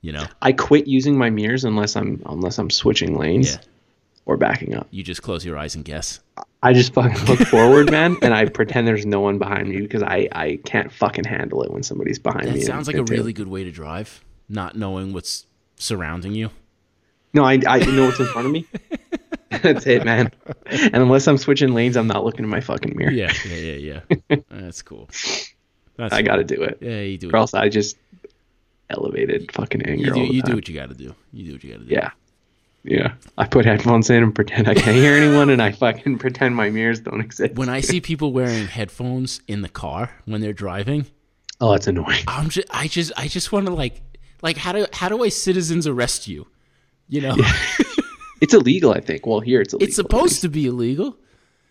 you know? I quit using my mirrors unless I'm unless I'm switching lanes Yeah. or backing up. You just close your eyes and guess. I just fucking look forward, man, and I pretend there's no one behind me because I, I can't fucking handle it when somebody's behind me. That and sounds like a it's irritating. really good way to drive, not knowing what's surrounding you. no. I I know what's in front of me. That's it, man. And unless I'm switching lanes, I'm not looking in my fucking mirror. Yeah, yeah, yeah, yeah. That's cool. That's cool. I got to do it, Yeah, you do. or It. else I just elevated fucking anger. You do. all the You do time. what you got to do. You do what you got to do. Yeah, yeah. I put headphones in and pretend I can't hear anyone, and I fucking pretend my mirrors don't exist. When I see people wearing headphones in the car when they're driving, oh, that's annoying. I'm just, I just, I just want to like, like, how do, how do I citizens arrest you? You know, It's illegal, I think. Well, here it's illegal. it's supposed to be illegal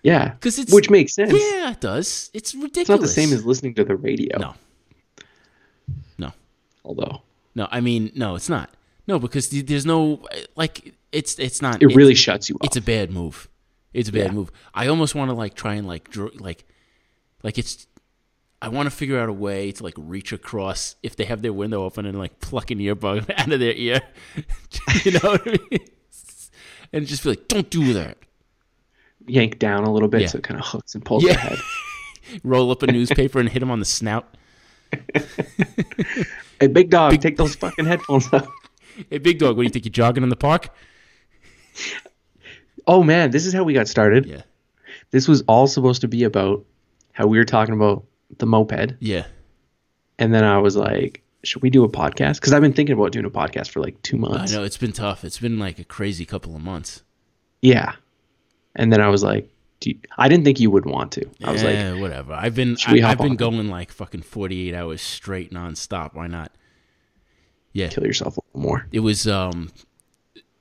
yeah, because it's which makes sense. yeah, it does. It's It's not ridiculous. the same as listening to the radio. no, no. although No, I mean, no, it's not. No, because th- there's no like it's it's not. it it's, really shuts you it's up. a bad move. It's a bad Yeah. move. I almost want to like try and like dr- like like it's. I want to figure out a way to like reach across if they have their window open and like pluck an earbud out of their ear. you know what I mean? And just be like, don't do that. Yank down a little bit Yeah. so it kind of hooks and pulls Yeah. your head. Roll up a newspaper and hit him on the snout. Hey, big dog, take those fucking headphones off. Hey, big dog, what do you think? You're jogging in the park? Oh man, this is how we got started. Yeah, This was all supposed to be about how we were talking about the moped, yeah. and then I was like, should we do a podcast? Because I've been thinking about doing a podcast for like two I months. know it's been tough. It's been like a crazy couple of months. Yeah. And then I was like, do you, I didn't think you would want to. I was like, Eh, whatever. I've been Should we I, I've hop been on? going like fucking forty eight hours straight nonstop. Why not? Yeah, kill yourself a little more. it was. um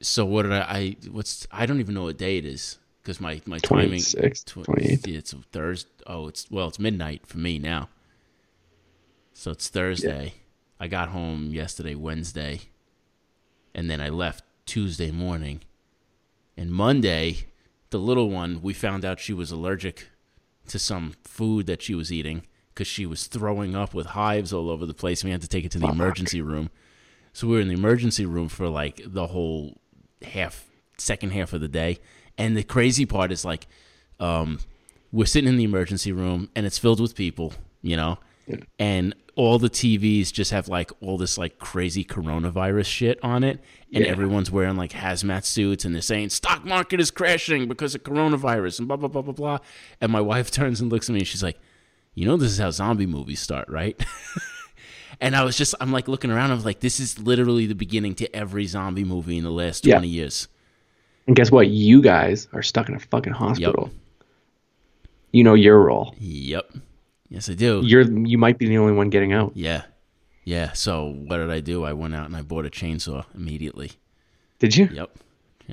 So what did I? I what's I don't even know what day it is because my my timing. 26th, tw- 28th. yeah, It's Thursday. Oh, it's well, it's midnight for me now. So it's Thursday. I got home yesterday, Wednesday, and then I left Tuesday morning. And Monday, the little one, we found out she was allergic to some food that she was eating because she was throwing up with hives all over the place. We had to take it to the emergency room. So we were in the emergency room for like the whole half, second half of the day. And the crazy part is like, um, we're sitting in the emergency room and it's filled with people, you know, and all the TVs just have like all this like crazy coronavirus shit on it, and Yeah. everyone's wearing like hazmat suits and they're saying stock market is crashing because of coronavirus and blah blah blah blah blah. And my wife turns and looks at me and she's like, "You know this is how zombie movies start, right?" and I was just I'm like looking around. I was like, "This is literally the beginning to every zombie movie in the last Yeah. twenty years." And guess what? You guys are stuck in a fucking hospital. You know your role. Yep. Yes, I do. You're you might be the only one getting out. Yeah. Yeah. So what did I do? I went out and I bought a chainsaw immediately. Did you? Yep.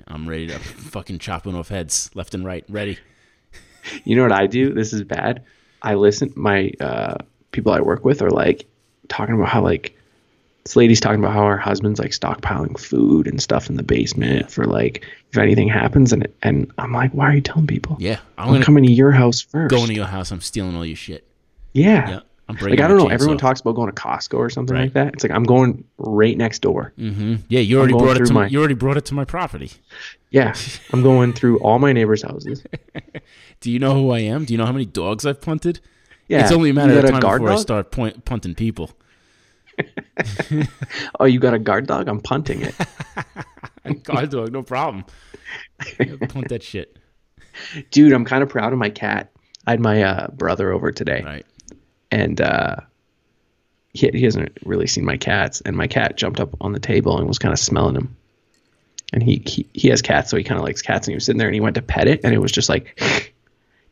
I'm ready to fucking chopping off heads left and right. Ready. You know what I do? This is bad. I listen. My uh, people I work with are like talking about how like this lady's talking about how her husband's like stockpiling food and stuff in the basement for like if anything happens. And and I'm like, why are you telling people? Yeah. I'm I'm, gonna coming to your house first. go into your house. I'm stealing all your shit. yeah. Yeah. I'm Like breaking. I don't the know. Everyone chainsaw. talks about going to Costco or something Right. like that. It's like I'm going right next door. Mhm. Yeah. You already going brought it through to my, my- You already brought it to my property. Yeah, I'm going through all my neighbors' houses. Do you know who I am? Do you know how many dogs I've punted? Yeah, It's only a matter you of got time guard before I dog? start point, punting people. Oh, you got a guard dog? I'm punting it. Guard dog, no problem. Yeah, punt that shit. dude i'm kind of proud of my cat i had my uh, brother over today Right. and uh, he, he hasn't really seen my cats and my cat jumped up on the table and was kind of smelling him and he, he he has cats so he kind of likes cats and he was sitting there and he went to pet it and it was just like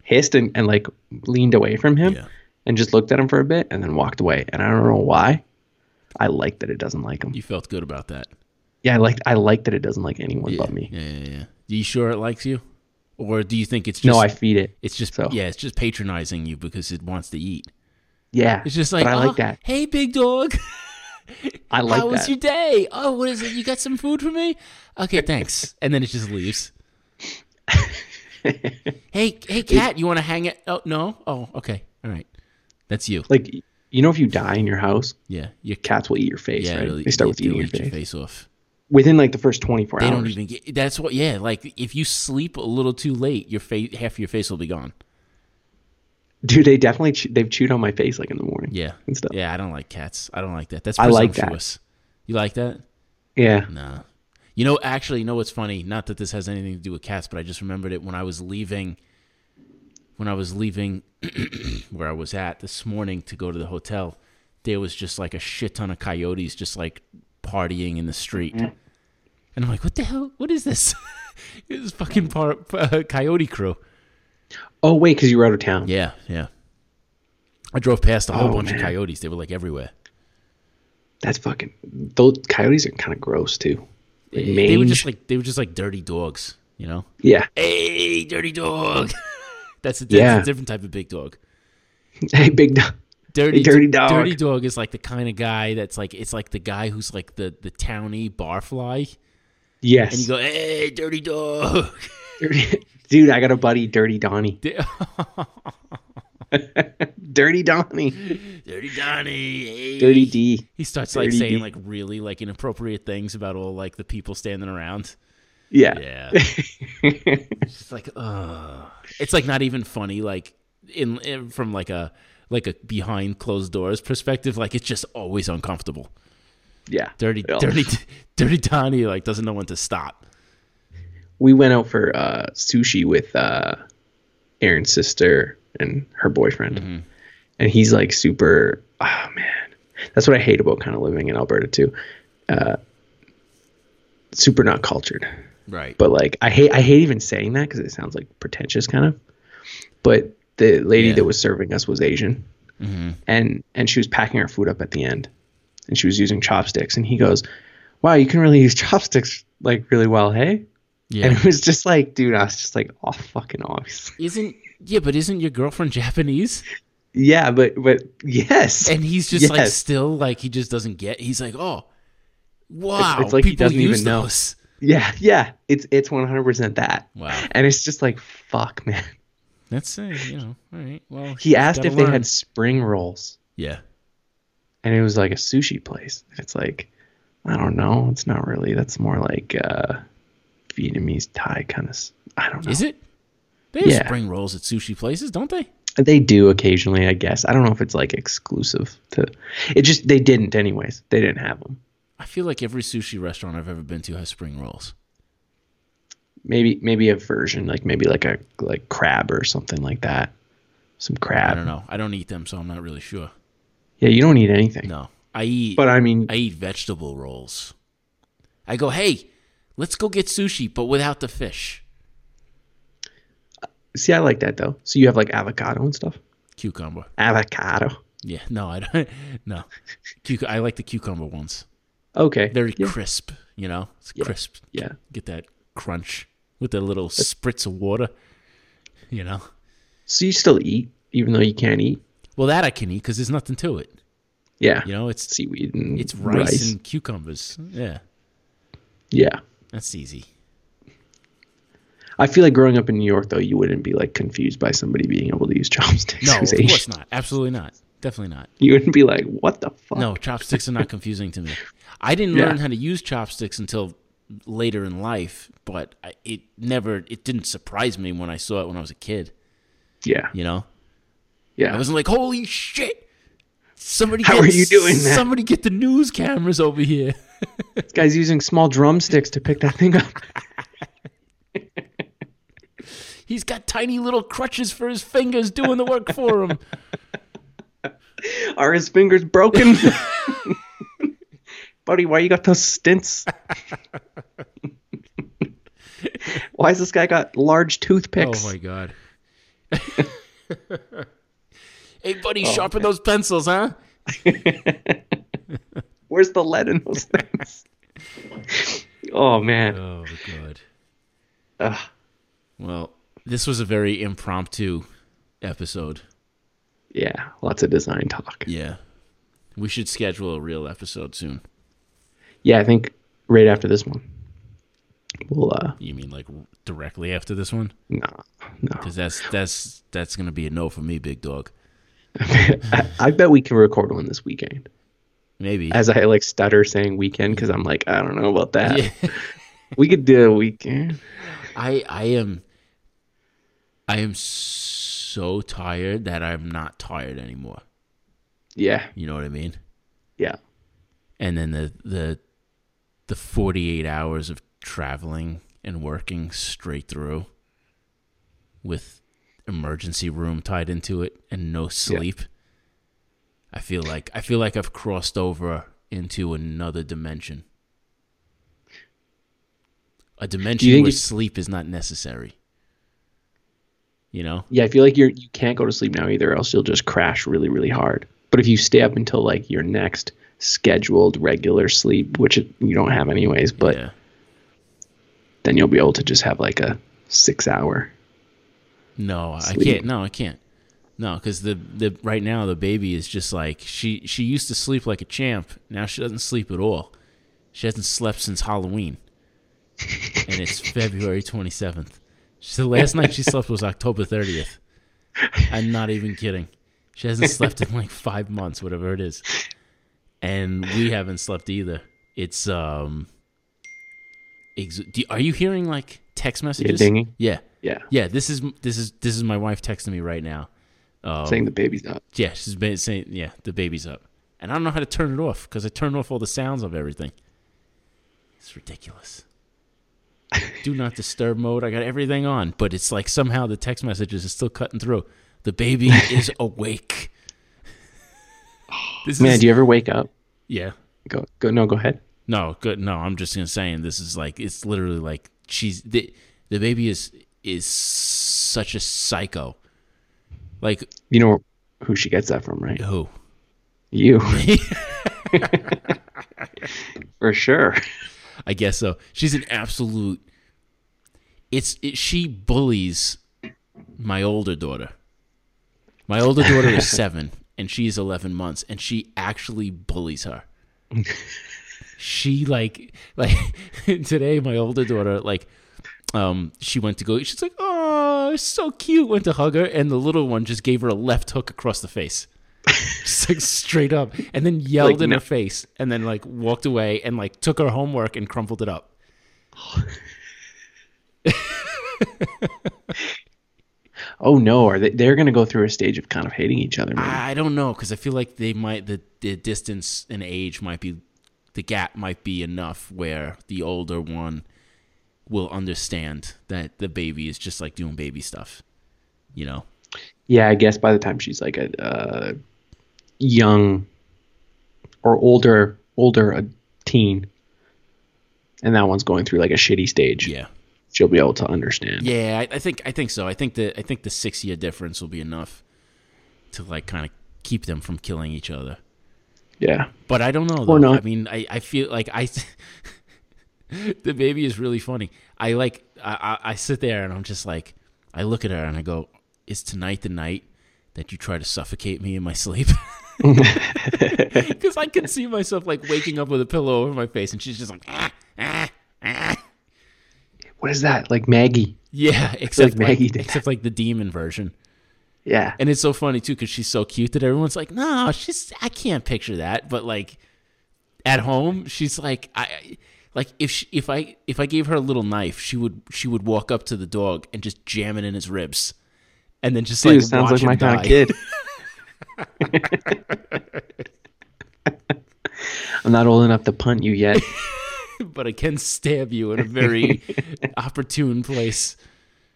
hissed and, and like leaned away from him Yeah. and just looked at him for a bit and then walked away and i don't know why i like that it doesn't like him You felt good about that. yeah i like i like that it doesn't like anyone Yeah, but me Yeah, yeah, yeah. Do you sure it likes you, or do you think it's just no i feed it it's just so. yeah, it's just patronizing you because it wants to eat. yeah It's just like but i "Oh, like that Hey, big dog. i like How that was your day? Oh, what is it? You got some food for me? Okay, thanks. and then it just leaves. hey, hey, cat. You want to hang it? Oh no. Oh, okay. All right. That's you. like you know if you die in your house Yeah, your cat. cats will eat your face Yeah, right it'll- they start with they'll eating your eat face. off. within like the first 24 They hours don't even get. That's what. Yeah, like if you sleep a little too late, your face, half your face will be gone. dude they definitely che- they've chewed on my face like in the morning Yeah. and stuff. Yeah, I don't like cats. I don't like that. That's I like that. presumptuous. You like that? yeah Nah. You know, actually, you know what's funny? Not that this has anything to do with cats, but I just remembered it when I was leaving. When I was leaving where I was at this morning to go to the hotel, there was just like a shit ton of coyotes just like partying in the street. Mm-hmm. And I'm like, what the hell? What is this? it was fucking par- uh, coyote crew. oh wait because you were out of town Yeah, yeah. I drove past a whole Oh, bunch of man. coyotes. They were like everywhere. that's fucking those coyotes are kind of gross too like mange They were just like they were just like dirty dogs, you know. yeah Hey, dirty dog. that's a, that's Yeah. a different type of big dog. hey big dog Dirty, Hey, dirty dog. Dirty dog is like the kind of guy that's like it's like the guy who's like the the towny barfly, yes and you go, hey, dirty dog. dude i got a buddy dirty donnie dirty donnie dirty Donnie. Hey. dirty d He starts like Dirty saying D. like really like inappropriate things about all like the people standing around. yeah Yeah. it's just like, uh It's like not even funny, like in, in from like a like a behind closed doors perspective. Like it's just always uncomfortable. yeah Dirty, Yeah. dirty, dirty Donnie like doesn't know when to stop. we went out for uh, sushi with uh, Aaron's sister and her boyfriend, and he's like super. Oh man, That's what I hate about kind of living in Alberta too. Uh, super not cultured, Right. but like I hate I hate even saying that because it sounds like pretentious kind of. But the lady Yeah. that was serving us was Asian, and and she was packing our food up at the end, and she was using chopsticks. And he goes, "Wow, you can really use chopsticks like really well, hey." yeah. And it was just like, dude, I was just like, oh, fucking obvious. isn't yeah, but isn't your girlfriend Japanese? Yeah, but but yes, And he's just like Yes. still like he just doesn't get. He's like, oh, wow, it's like he people doesn't use even know. those. yeah, yeah. It's it's one hundred percent that. Wow. And it's just like, fuck, man. That's uh, you know, all right. Well, He asked gotta if they learn. had spring rolls, yeah, and it was like a sushi place. It's like, I don't know. It's not really. That's more like uh, Vietnamese Thai kind of. I don't know. is it? They have Yeah. spring rolls at sushi places, don't they? They do occasionally, I guess. I don't know if it's like exclusive to. It just they didn't, anyways. They didn't have them. I feel like every sushi restaurant I've ever been to has spring rolls. maybe maybe a version like maybe like a like crab or something like that some crab I don't know. I don't eat them, so I'm not really sure. yeah you don't need anything No, I eat. but i mean I eat vegetable rolls. I go, hey, let's go get sushi, but without the fish. see i like that though so you have like avocado and stuff Cucumber. avocado Yeah, no, I don't. No, Cuc- I like the cucumber ones. okay Very yeah, crisp, you know. It's crisp. yeah Get that crunch with a little spritz of water. You know. so you still eat even though you can't eat Well, that I can eat because there's nothing to it. yeah You know, it's seaweed and it's rice, and cucumbers. Yeah, yeah that's easy. i feel like growing up in new york though you wouldn't be like confused by somebody being able to use chopsticks No, who's of Asian. course not. Absolutely not. Definitely not. you wouldn't be like what the fuck No, chopsticks are not confusing to me. I didn't Yeah. learn how to use chopsticks until later in life, but I, it never it didn't surprise me when I saw it when I was a kid. yeah You know, I yeah wasn't like, "Holy shit! Somebody, How get, are you doing that?" Somebody get the news cameras over here." this guy's using small drumsticks to pick that thing up He's got tiny little crutches for his fingers doing the work for him. Are his fingers broken? Buddy, why you got those stints? why has this guy got large oh toothpicks? my god! hey, buddy, Oh, sharpen those pencils, huh? Where's the lead in those things? oh man. Oh god. Ugh. Well, this was a very impromptu episode. yeah, lots of design talk. Yeah. We should schedule a real episode soon. Yeah, I think right after this one. We'll uh You mean like directly after this one? no, no. Cuz that's that's that's going to be a no for me, big dog. I, I bet we can record one this weekend. Maybe. As I like stutter saying weekend because I'm like, I don't know about that. Yeah. We could do a weekend. I I am I am so tired that I'm not tired anymore. Yeah. You know what I mean? Yeah. And then the the the 48 hours of traveling and working straight through with emergency room tied into it and no sleep. I feel like I feel like I've crossed over into another dimension. A dimension think where you- sleep is not necessary. You know? Yeah, I feel like you're you can't go to sleep now either, or else you'll just crash really, really hard. But if you stay up until like your next scheduled regular sleep, which it, you don't have anyways, but yeah. then you'll be able to just have like a six hour. No, I Sleep. can't. No, I can't. No, because the the right now the baby is just like she she used to sleep like a champ. Now she doesn't sleep at all. She hasn't slept since Halloween, and it's February twenty seventh. So last night she slept was October thirtieth. I'm not even kidding. She hasn't slept in like five months, whatever it is, and we haven't slept either. It's um. Ex- do, are you hearing like text messages? dinging. yeah. Yeah, Yeah, this is this is this is my wife texting me right now. saying the baby's up. Yeah, she's been saying, yeah, the baby's up, and I don't know how to turn it off because I turned off all the sounds of everything. It's ridiculous. Do not disturb mode. I got everything on, but it's like somehow the text messages is still cutting through. The baby is awake. This Man, is do you ever wake up? yeah. Go go. No, go ahead. No, good. No, I'm just gonna saying this is like it's literally like she's the the baby is is such a psycho. Like You know who she gets that from, right? who? You. For sure. I guess so. She's an absolute. It's it, she bullies my older daughter. My older daughter is seven, and she's eleven months, and she actually bullies her. she like like today, my older daughter like. Um, she went to go. She's like, "Oh, it's so cute." Went to hug her, and the little one just gave her a left hook across the face, just like straight up, and then yelled Like, in no- her face, and then like walked away, and like took her homework and crumpled it up. Oh no, are they? They're gonna go through a stage of kind of hating each other. Man. I don't know because I feel like they might the, the distance in age might be the gap might be enough where the older one will understand that the baby is just like doing baby stuff, you know. Yeah, I guess by the time she's like a uh, young or older, older a teen, and that one's going through like a shitty stage, Yeah, she'll be able to understand. yeah. I, I think I think so. I think the I think the six year difference will be enough to like kind of keep them from killing each other. Yeah. But I don't know. Though. Or not. I mean, I, I feel like I. the baby is really funny. I like. I, I I sit there and I'm just like, I look at her and I go, "Is tonight the night that you try to suffocate me in my sleep?" Because I can see myself like waking up with a pillow over my face, and she's just like, ah, ah, ah. What is that? Like Maggie? yeah, except like, Maggie did except like the demon version. Yeah. And it's so funny too because she's so cute that everyone's like, "No, she's I can't picture that." But like at home, she's like, I- I like if she, if I if I gave her a little knife, she would she would walk up to the dog and just jam it in his ribs, and then just Dude, like watch sounds like him my kind die. of kid. I'm not old enough to punt you yet. but I can stab you in a very opportune place.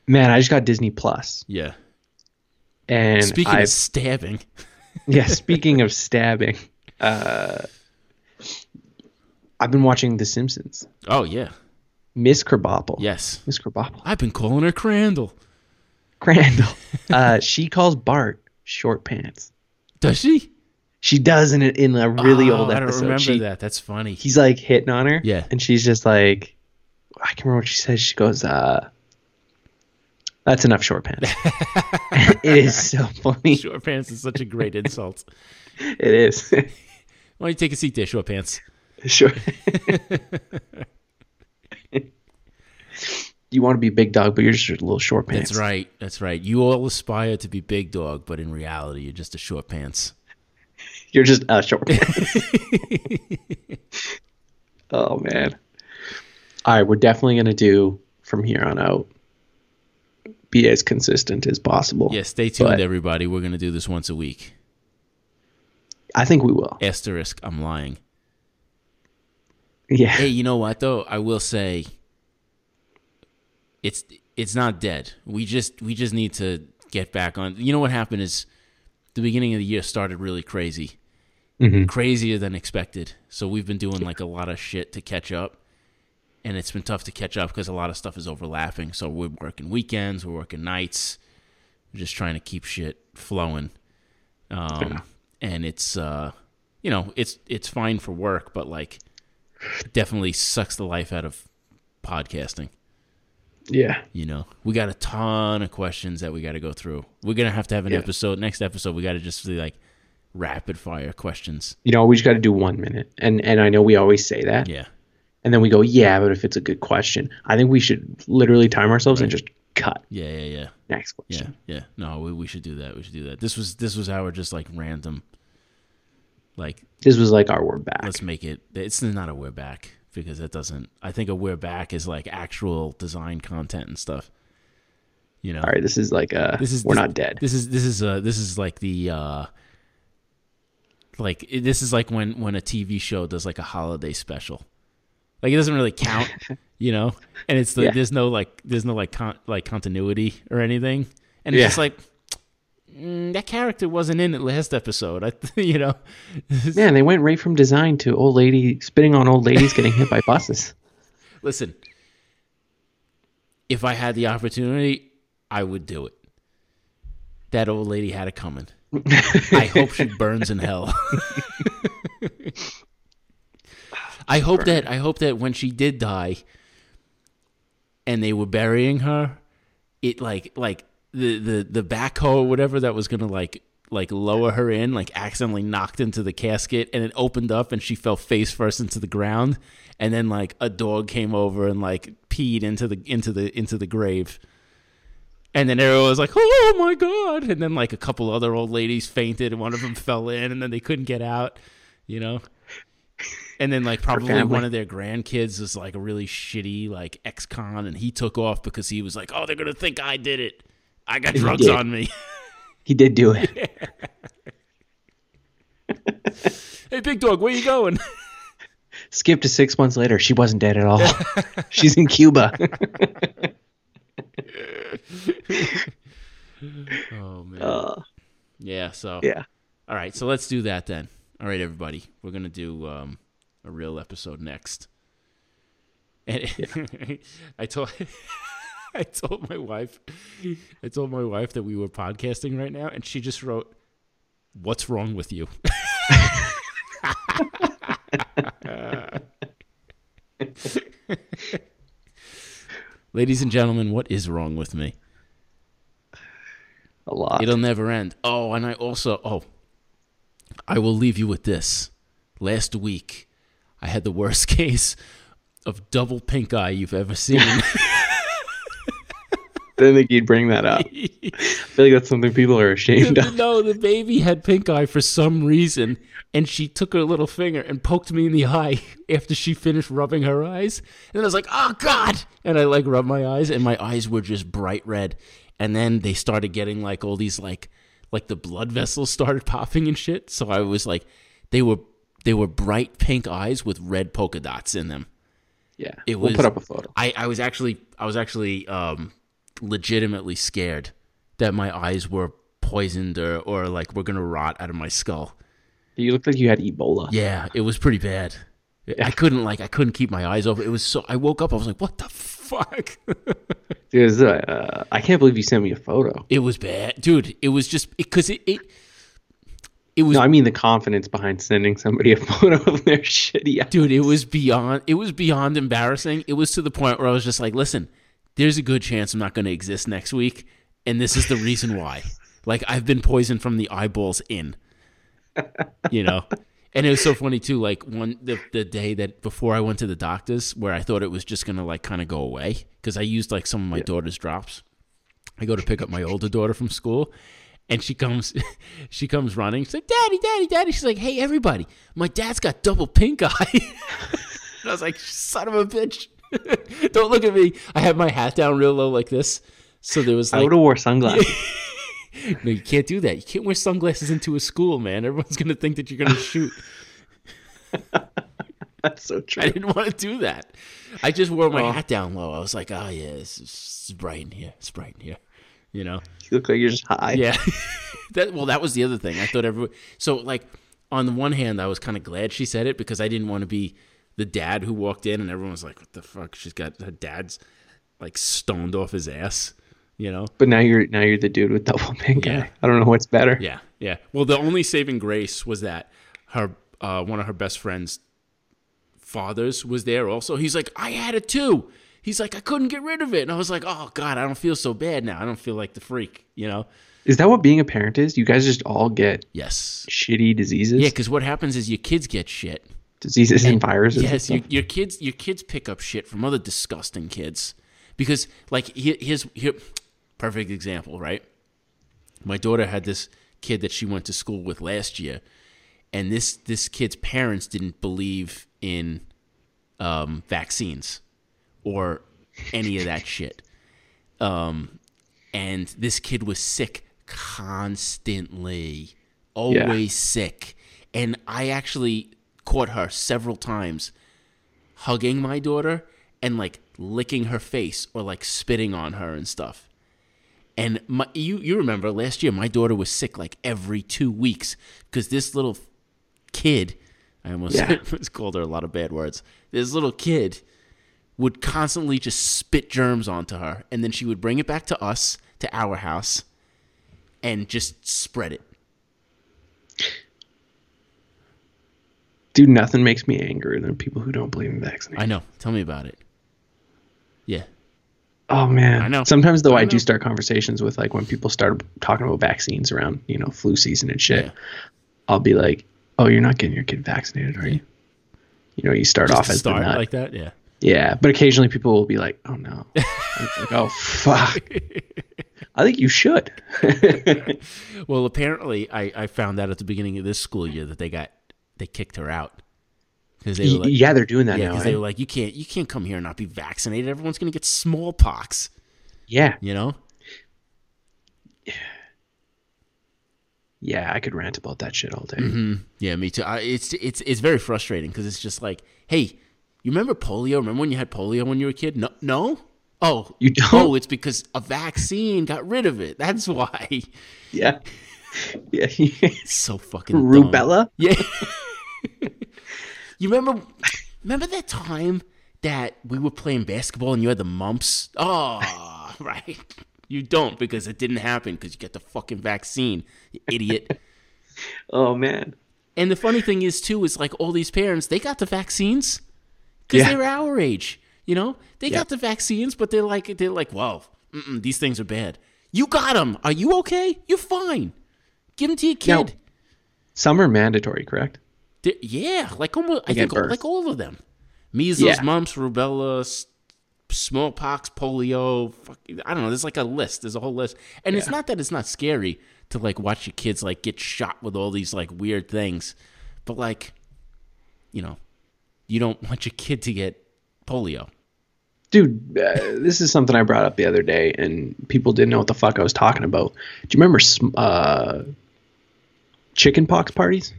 Man, I just got Disney Plus, Yeah. and Speaking I of stabbing, yeah, speaking of stabbing, uh, I've been watching The Simpsons. oh yeah, Miss Krabappel. yes, Miss Krabappel. I've been calling her Crandall. Crandall. Uh, she calls Bart short pants. Does she? She does in a, in a really Oh, old I don't episode. remember She- that. That's funny. He's like hitting on her. Yeah. And she's just like, I can't remember what she says. She goes, uh, that's enough short pants. it is so funny. Short pants is such a great insult. It is. Why don't you take a seat there, short pants? sure. you want to be big dog, but you're just a little short pants. That's right. That's right. You all aspire to be big dog, but in reality, you're just a short pants. You're just a short pants. oh man. All right, we're definitely gonna do from here on out. Be as consistent as possible. Yeah, stay tuned, But- everybody. We're going to do this once a week. I think we will. Asterisk, I'm lying. Yeah. Hey, you know what, though? I will say it's it's not dead. We just we just need to get back on. You know what happened is the beginning of the year started really crazy. Crazier than expected. So we've been doing like a lot of shit to catch up. and it's been tough to catch up because a lot of stuff is overlapping. So we're working weekends, we're working nights, we're just trying to keep shit flowing. Um, And it's uh, you know it's it's fine for work, but like it definitely sucks the life out of podcasting. Yeah. You know, we got a ton of questions that we got to go through. We're gonna have to have an Yeah. episode next episode. We got to just be like rapid fire questions. You know, we just got to do one minute, and and I know we always say that, Yeah, and then we go, yeah, but if it's a good question, I think we should literally time ourselves and just cut yeah, yeah, yeah. next Yeah, question. yeah. No, we, we should do that. We should do that. This was this was our just like random, like This was like our word back. let's make it. It's not a we're back because that doesn't. I think a we're back is like actual design content and stuff. You know, All right, this is like uh, this is we're this- not dead. This is this is uh this is like the uh like it- this is like when when a TV show does like a holiday special. Like it doesn't really count, you know? And it's the, Yeah. there's no like there's no like con- like continuity or anything. And it's Yeah. just like mm, that character wasn't in it last episode. I, you know, Man, they went right from design to old lady spitting on old ladies getting hit by buses. listen. If I had the opportunity, I would do it. That old lady had it coming. I hope she burns in hell. I hope that I hope that when she did die and they were burying her, it like like the the the backhoe or whatever that was going to like like lower her in like accidentally knocked into the casket and it opened up and she fell face first into the ground and then like a dog came over and like peed into the into the into the grave. And then everyone was like, "Oh my god!" And then like a couple other old ladies fainted, and one of them fell in, and then they couldn't get out, you know. And then like probably family. one of their grandkids was like a really shitty like ex-con, and he took off because he was like, "Oh, they're gonna think I did it. I got he drugs did. on me." He did do it. hey, big dog, where you going? Skip to six months later. She wasn't dead at all. She's in Cuba. oh man, Uh, yeah. So yeah. all right, so let's do that then. All right, everybody, we're gonna do um, a real episode next. And I told I told my wife I told my wife that we were podcasting right now, and she just wrote, "What's wrong with you?" Ladies and gentlemen, what is wrong with me? A lot. It'll never end. Oh, and I also oh, I will leave you with this. Last week, I had the worst case of double pink eye you've ever seen. didn't think you'd bring that up. I feel like that's something people are ashamed of. no, the baby had pink eye for some reason, and she took her little finger and poked me in the eye after she finished rubbing her eyes. And I was like, "Oh God!" And I like rubbed my eyes, and my eyes were just bright red. And then they started getting like all these like like the blood vessels started popping and shit. So I was like, they were they were bright pink eyes with red polka dots in them. Yeah. It we'll was- put up a photo. I, I was actually I was actually um, legitimately scared that my eyes were poisoned or, or like were gonna rot out of my skull. You looked like you had Ebola. Yeah, it was pretty bad. I couldn't like I couldn't keep my eyes open. It was so I woke up I was like, what the fuck? It was, uh, I can't believe you sent me a photo. it was bad, dude. It was just because it, it it was No, I mean the confidence behind sending somebody a photo of their shitty eye. dude it was beyond it was beyond embarrassing it was to the point where i was just like listen there's a good chance i'm not going to exist next week and this is the reason why like i've been poisoned from the eyeballs in you know and it was so funny too like one the, the day that before i went to the doctors where i thought it was just going to like kind of go away because i used like some of my daughter's drops i go to pick up my older daughter from school and she comes she comes running she's like daddy daddy daddy she's like hey everybody my dad's got double pink eye and I was like, son of a bitch. Don't look at me. I had my hat down real low like this. So there was I like, would have wore sunglasses. no, you can't do that. You can't wear sunglasses into a school, man. Everyone's going to think that you're going to shoot. That's so true. I didn't want to do that. I just wore my hat down low. I was like, oh, yeah, it's, it's bright in here. It's bright in here. You know? You look like you're just high. Yeah. that well, that was the other thing. I thought everyone. So like, on the one hand, I was kind of glad she said it because I didn't want to be the dad who walked in and everyone was like, "What the fuck?" She's got her dad's like stoned off his ass. You know? But now you're now you're the dude with double pink Yeah. eye. I don't know what's better. Yeah, yeah. Well, the only saving grace was that her uh, one of her best friends' fathers was there also. He's like, I had it too. He's like, I couldn't get rid of it, and I was like, Oh God, I don't feel so bad now. I don't feel like the freak. You know? Is that what being a parent is? You guys just all get Yes. shitty diseases, Yeah, because what happens is your kids get shit. diseases and viruses. and Yes, stuff? your, your kids your kids pick up shit from other disgusting kids because like he- here's here perfect example, right? My daughter had this kid that she went to school with last year, and this this kid's parents didn't believe in um, vaccines or any of that shit. Um, and this kid was sick constantly, always sick. And I actually caught her several times hugging my daughter and like licking her face or like spitting on her and stuff. And my, you you remember last year, my daughter was sick like every two weeks because this little kid, I almost Yeah. almost called her a lot of bad words. This little kid would constantly just spit germs onto her, and then she would bring it back to us to our house, and just spread it. Dude, nothing makes me angrier than people who don't believe in I vaccinations. know. Tell me about it. Yeah. oh man, I know. Sometimes though, I I, do know. start conversations with like when people start talking about vaccines around you know flu season and shit. Yeah. I'll be like, "Oh, you're not getting your kid vaccinated, are you?" You know, you start Just off to as the start nut. like that. Yeah. yeah, but occasionally people will be like, "Oh no," I'm like, "Oh fuck." I think you should. Well, apparently, I, I found out at the beginning of this school year that they got they kicked her out because they were like, yeah, they're doing that yeah, now. 'cause right? they were like, you eh? can't you can't come here and not be vaccinated. Everyone's gonna get smallpox. yeah, You know? yeah, I could rant about that shit all day. Yeah, me too. I, it's it's it's very frustrating because it's just like, hey, you remember polio? Remember when you had polio when you were a kid? No, no. Oh, You don't? Oh, it's because a vaccine got rid of it. That's why. Yeah, yeah. It's so fucking dumb. Rubella. Yeah. you remember remember that time that we were playing basketball and you had the mumps? Oh, right. You don't because it didn't happen because you got the fucking vaccine, you idiot. Oh man. and the funny thing is too is like all these parents, they got the vaccines because Yeah. they were our age, you know? They Yeah. got the vaccines, but they're like they're like, "Whoa, mm-mm, these things are bad." You got them. Are you okay? You're fine. Give them to your Now- kid. Some are mandatory, correct? They're- yeah, like almost, I Like at think all- birth. like all of them. Measles, Yeah. mumps, rubella, s- smallpox, polio. Fuck, I don't know. There's like a list. There's a whole list, and it's not that it's not scary to like watch your kids like get shot with all these like weird things, but like, you know, you don't want your kid to get polio. Dude, uh, this is something I brought up the other day, and people didn't know what the fuck I was talking about. Do you remember sm- uh, chicken pox parties?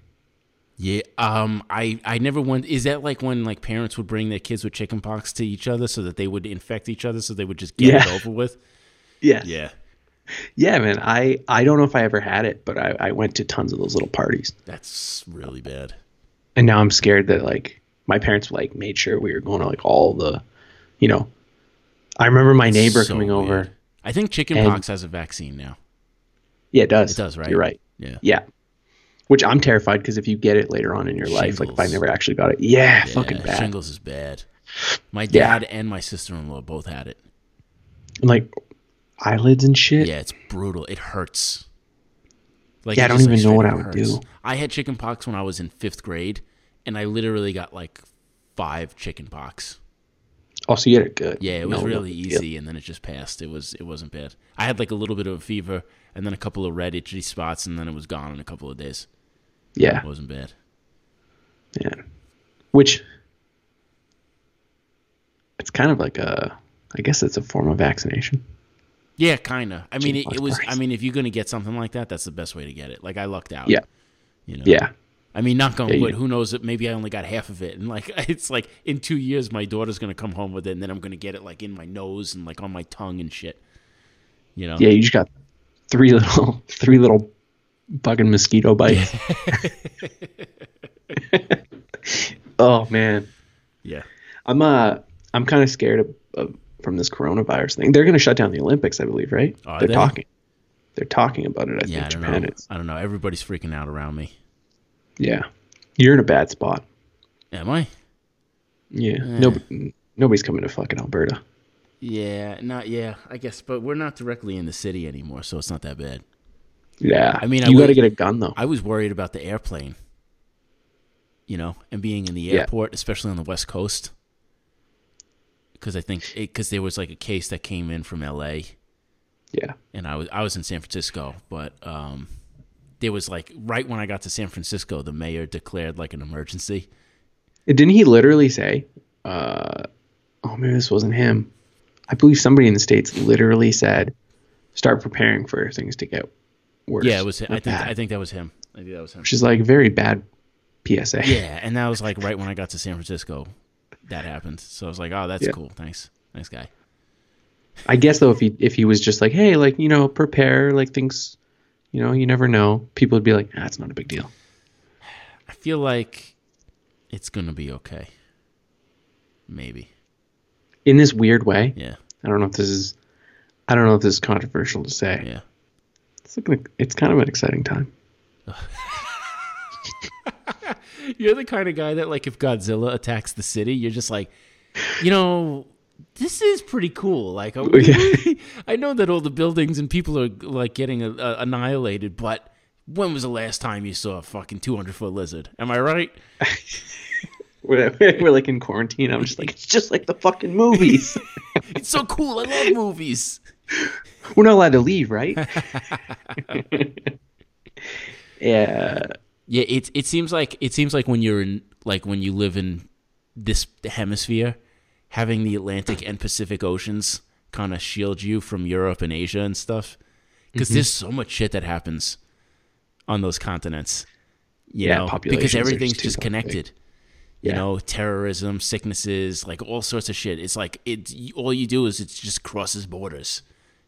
Yeah, um, I I never went. Is that like when like parents would bring their kids with chickenpox to each other so that they would infect each other so they would just get it Yeah. over with? Yeah. yeah, Yeah, man. I I don't know if I ever had it, but I, I went to tons of those little parties, that's really bad. and now I'm scared that like my parents like made sure we were going to like all the, you know, I remember my neighbor So coming weird. over. I think chickenpox has a vaccine now. Yeah, it does. It does, right? You're right. Yeah. Yeah. Which I'm terrified because if you get it later on in your life, like if I Shingles. never actually got it, yeah, fucking Yeah, bad. Shingles is bad. My Yeah. dad and my sister in law both had it. And like eyelids and shit. Yeah, it's brutal. It hurts. Like Yeah, I it don't just, like, even know what straight I up would do. I had chickenpox when I was in fifth grade, and I literally got like five chickenpox. Oh, so you had it good. Yeah, it No, was no really big deal. easy, and then it just passed. It was it wasn't bad. I had like a little bit of a fever, and then a couple of red itchy spots, and then it was gone in a couple of days. Yeah, It wasn't bad. yeah. Which it's kind of like a, I guess it's a form of vaccination. Yeah, kind of. I mean, it, Jesus it was. I Christ. mean, if you're gonna get something like that, that's the best way to get it. Like I lucked out. Yeah. You know. Yeah, I mean, knock on Yeah, you- wood. Who knows? That maybe I only got half of it, and like it's like in two years, my daughter's gonna come home with it, and then I'm gonna get it like in my nose and like on my tongue and shit. You know. yeah. You just got three little, three little fucking mosquito bites. oh man, Yeah. I'm uh, I'm kind of scared of, of from this coronavirus thing. They're going to shut down the Olympics, I believe, right? Are They're they? talking. They're talking about it. I Yeah. I think don't Japan know. is. I don't know. Everybody's freaking out around me. Yeah, you're in a bad spot. Am I? Yeah. No, nobody's coming to fucking Alberta. Yeah. Not. Yeah. I guess. But we're not directly in the city anymore, so it's not that bad. Yeah. I mean, mean, I you got to would- get a gun though. I was worried about the airplane, you know, and being in the Yeah. airport, especially on the West Coast, because I think because there was like a case that came in from L.A. yeah. and I was I was in San Francisco, but um, there was like right when I got to San Francisco, the mayor declared like an emergency. Didn't he literally say? Uh, oh, maybe this wasn't him. I believe somebody in the states literally said, "Start preparing for things to get worse." Yeah, it was. I or think bad," I think that was him. I think that was him. which is like very bad PSA. Yeah, and that was like right when I got to San Francisco, that happened. So I was like, oh, that's Yeah. cool. Thanks, thanks, guy. I guess though, if he if he was just like, hey, like you know, prepare, like things, you know, you never know. People would be like, that's not a big deal. I feel like it's gonna be okay. Maybe. In this weird way, Yeah. I don't know if this is, I don't know if this is controversial to say. Yeah. It's like it's kind of an exciting time. You're the kind of guy that like if Godzilla attacks the city, you're just like, you know, this is pretty cool. Like I, I know that all the buildings and people are like getting uh, uh, annihilated, but when was the last time you saw a fucking 200 foot lizard? Am I right? We're, we're like in quarantine. I'm just like it's just like the fucking movies. It's so cool. I love movies. we're not allowed to leave, right? yeah. Yeah, it it seems like it seems like when you're in like when you live in this hemisphere, having the Atlantic and Pacific oceans kind of shield you from Europe and Asia and stuff, because Mm-hmm. there's so much shit that happens on those continents. You Yeah, know, populations because are everything's just too just fucking big. connected. Yeah. You know, terrorism, sicknesses, like all sorts of shit. It's like it. All you do is it just crosses borders.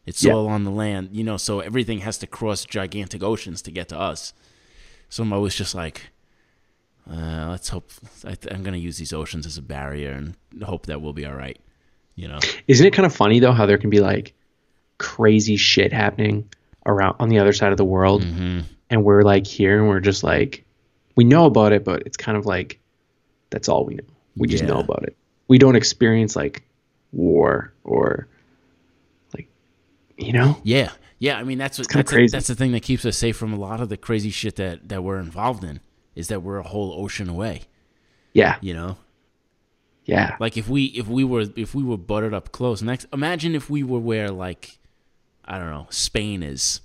It's Yeah. all on the land, you know. So everything has to cross gigantic oceans to get to us. So I'm always just like, uh, let's hope. I th- I'm going to use these oceans as a barrier and hope that we'll be all right. You know? Isn't it kind of funny though how there can be like crazy shit happening around on the other side of the world, Mm-hmm. and we're like here and we're just like we know about it, but it's kind of like that's all we know. We just Yeah. know about it. We don't experience like war or like you know Yeah. Yeah. I mean, that's what, kinda that's, crazy. that's the thing that keeps us safe from a lot of the crazy shit that, that we're involved in is that we're a whole ocean away, yeah you know? yeah Like if we if we were if we were buttered up close next imagine if we were where like I don't know, Spain is.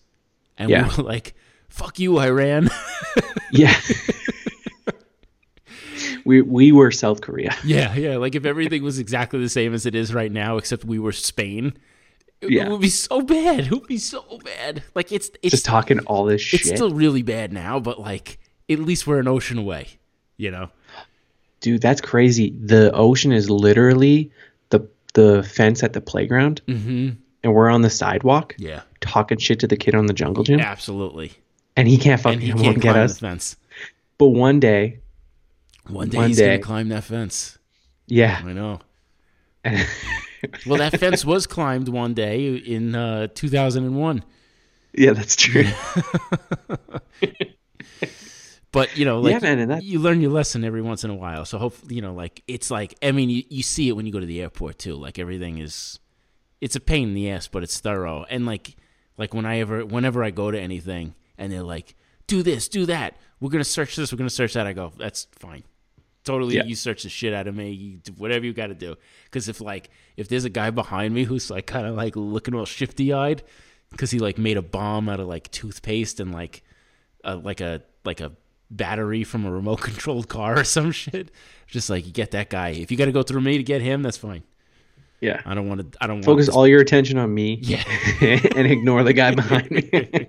And Yeah. we were like, fuck you, Iran. yeah. we we were South Korea. Yeah, yeah. Like if everything was exactly the same as it is right now, except we were Spain, it, Yeah. it would be so bad. It would be so bad. Like it's it's Just talking all this shit. it's still really bad now, but like at least we're an ocean away. You know? Dude, that's crazy. The ocean is literally the the fence at the playground, mm-hmm. and we're on the sidewalk Yeah, talking shit to the kid on the jungle gym, absoltely. and he can't fucking And he come can't get climb us. the fence. But one day, One day One he's day. gonna climb that fence. yeah, I know. well, that fence was climbed one day in uh, 2001. yeah, that's true. But you know, like Yeah, man, and that- you learn your lesson every once in a while. So hopefully, you know, like it's like I mean, you, you see it when you go to the airport too. Like everything is, it's a pain in the ass, but it's thorough. And like, like when I ever, whenever I go to anything, and they're like, do this, do that. We're gonna search this. We're gonna search that. I go, that's fine. Totally, Yeah. you search the shit out of me. You do whatever you got to do. Because if like if there's a guy behind me who's like kind of like looking all shifty eyed, because he like made a bomb out of like toothpaste and like a, like a like a battery from a remote controlled car or some shit. Just like you get that guy. If you got to go through me to get him, that's fine. yeah, I don't want to. I don't focus want all your attention on me, Yeah. and ignore the guy behind me.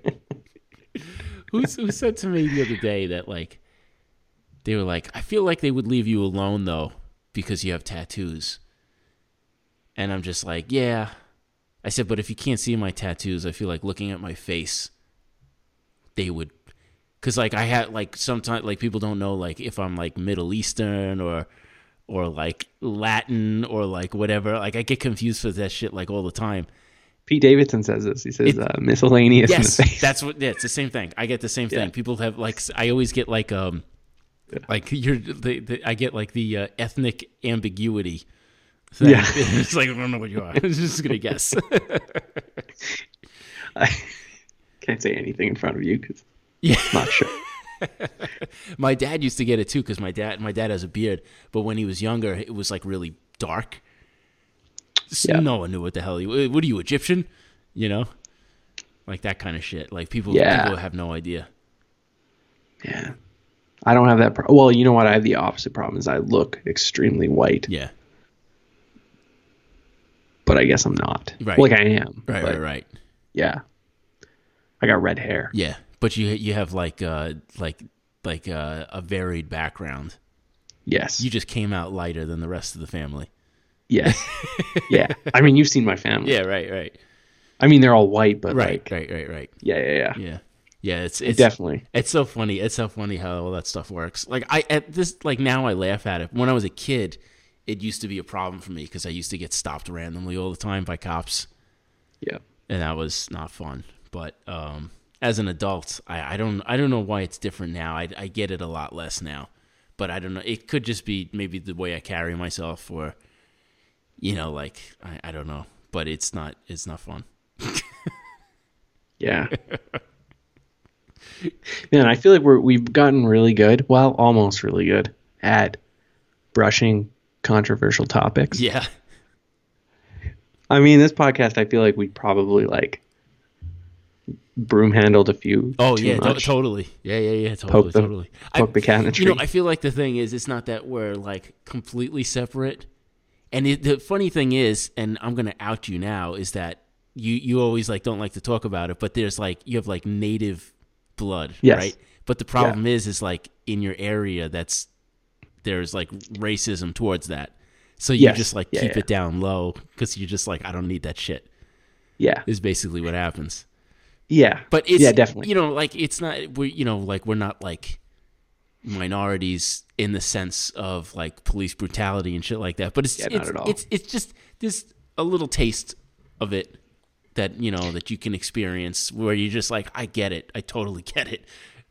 Who who said to me the other day that like they were like I feel like they would leave you alone though because you have tattoos. And I'm just like, yeah. I said, but if you can't see my tattoos, I feel like looking at my face, they would. Cause like I had like sometimes like people don't know like if I'm like Middle Eastern or or like Latin or like whatever. Like I get confused with that shit like all the time. Pete Davidson says this. He says uh, miscellaneous Yes, in the face. that's what. Yeah, it's the same thing. I get the same thing. Yeah. People have like I always get like um, like you're the, the, I get like the uh, ethnic ambiguity. Thing. Yeah. it's like I don't know what you are. I'm just gonna guess. Can't say anything in front of you because Yeah. not sure. my dad used to get it too because my dad my dad has a beard, but when he was younger, it was like really dark. So Yeah. No one knew what the hell he. What are you Egyptian? You know, like that kind of shit. Like people, Yeah. people have no idea. Yeah. I don't have that problem. Well, you know what? I have the opposite problem is I look extremely white, Yeah. but I guess I'm not. Right. Like I am. Right. but right. Right. Yeah. I got red hair. Yeah, but you you have like uh like like uh, a varied background. Yes. You just came out lighter than the rest of the family. Yeah. yeah. I mean, you've seen my family. Yeah, right, right, I mean, they're all white, but right, like, right, right, right. yeah, yeah, yeah, Yeah, yeah. It's it's Definitely. it's so funny. It's so funny how all that stuff works. Like I at this like now I laugh at it. When I was a kid, it used to be a problem for me because I used to get stopped randomly all the time by cops, Yeah. and that was not fun. But um, as an adult, I, I don't I don't know why it's different now. I I get it a lot less now, but I don't know. It could just be maybe the way I carry myself, or you know, like I, I don't know. But it's not it's not fun. Yeah. Man, I feel like we're we've gotten really good, well, almost really good at brushing controversial topics. Yeah. I mean, this podcast, I feel like we probably like broom handled a few. Oh too yeah, to- much. totally. Yeah, yeah, yeah, totally, the- totally. poke the cat in the You know, tree. I feel like the thing is, it's not that we're like completely separate. And it, the funny thing is, and I'm gonna out you now, is that you you always like don't like to talk about it, but there's like you have like native blood, Yes. right? But the problem is, is like in your area, that's there's like racism towards that. So you Yes. just like Yeah, keep yeah. it down low because you're just like I don't need that shit. yeah, Is basically what happens. yeah, But it's yeah, definitely. You know, like it's not we you know like we're not like minorities in the sense of like police brutality and shit like that. But it's Yeah, not it's, at all. it's it's just there's a little taste of it that you know that you can experience where you're just like I get it, I totally get it.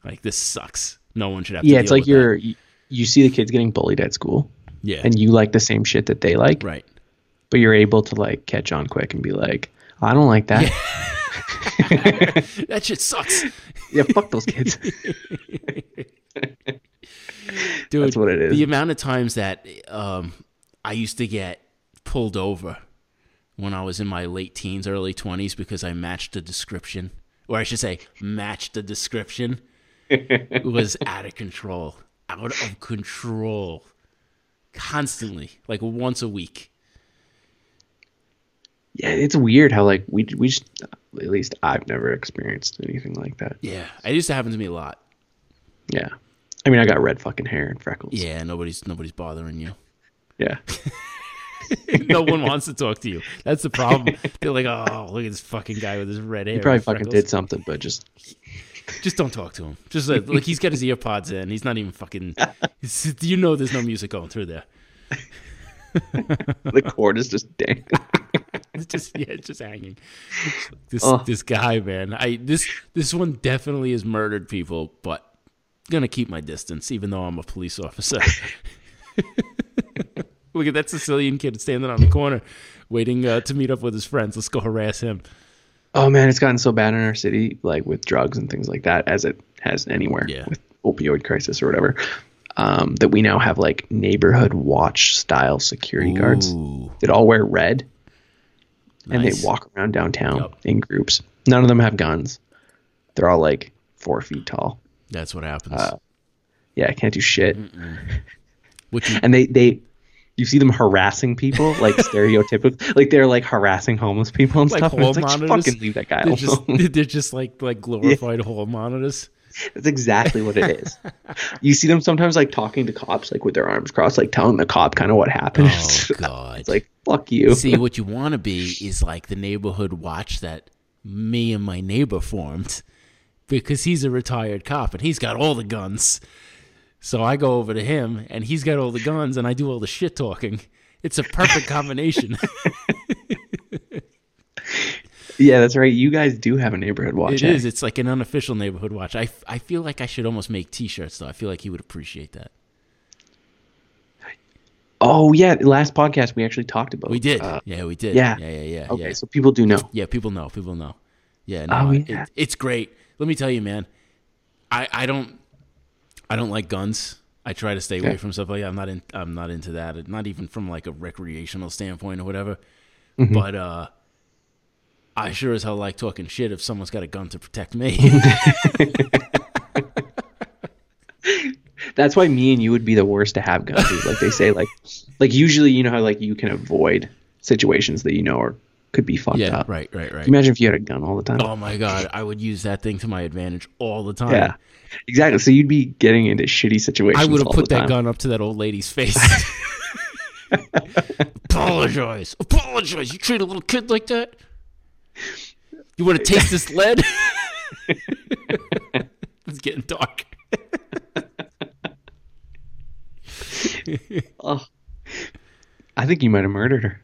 Like this sucks. No one should have. to yeah, it's deal like with that. you're you, you see the kids getting bullied at school, yeah and you like the same shit that they like, right. but you're able to like catch on quick and be like, I don't like that. Yeah, That shit sucks, fuck those kids. dude. That's what it is. The amount of times that um, I used to get pulled over when I was in my late teens, early 20s, because I matched the description, or I should say, matched the description, was out of control. Out of control. Constantly, like once a week. yeah, it's weird how like we we just at least I've never experienced anything like that. Yeah. It used to happen to me a lot. Yeah, I mean, I got red fucking hair and freckles. Yeah, nobody's nobody's bothering you. yeah, no one wants to talk to you. That's the problem. They're like, oh, look at this fucking guy with his red hair. you probably and fucking freckles." did something, but just Just don't talk to him. Just like, like he's got his ear pods in. He's not even fucking. he's- You know, there's no music going through there. the cord is just dang. It's just yeah, it's just hanging. This Oh. this guy, man. I this this one definitely has murdered people, but gonna keep my distance, even though I'm a police officer. Look at that Sicilian kid standing on the corner, waiting uh, to meet up with his friends. Let's go harass him. Oh man, it's gotten so bad in our city, like with drugs and things like that, as it has anywhere Yeah. with opioid crisis or whatever. Um, that we now have like neighborhood watch style security guards Ooh, that all wear red and nice. they walk around downtown Yup. in groups. None of them have guns. They're all like four feet tall. That's what happens. Yeah, I can't do shit. Which you- And they they you see them harassing people like stereotypical like they're like harassing homeless people and Like stuff. And hall it's like just monitors? fucking leave that guy they're alone. just they're just like like glorified hall monitors. That's exactly what it is. you see them sometimes like talking to cops, like with their arms crossed, like telling the cop kind of what happened. Oh it's God! like, fuck you. See, what you want to be is like the neighborhood watch that me and my neighbor formed because he's a retired cop and he's got all the guns. So I go over to him and he's got all the guns and I do all the shit talking. It's a perfect combination. yeah, that's right. You guys do have a neighborhood watch. it eh? is. It's like an unofficial neighborhood watch. I, I feel like I should almost make t shirts though. I feel like he would appreciate that. Oh, yeah. Last podcast, we actually talked about We did. uh, yeah, we did. yeah. Yeah, yeah, yeah. okay, yeah. so people do know. Yeah, people know. People know. Yeah, Oh, no, yeah. It, it's great. Let me tell you, man. I, I don't I don't like guns. I try to stay away Okay. from stuff like that. I'm not in, I'm not into that. Not even from like a recreational standpoint or whatever. Mm-hmm. But uh, I sure as hell like talking shit if someone's got a gun to protect me. That's why me and you would be the worst to have guns. is, like they say, like, like usually, you know how like you can avoid situations that you know are could be fucked yeah, up. right, right, right. Imagine if you had a gun all the time. Oh my god, I would use that thing to my advantage all the time. yeah, exactly. So you'd be getting into shitty situations. I would have all put the that time. gun up to that old lady's face. apologize, apologize. You treat a little kid like that? You want to taste this lead? it's getting dark. Oh, I think you might have murdered her.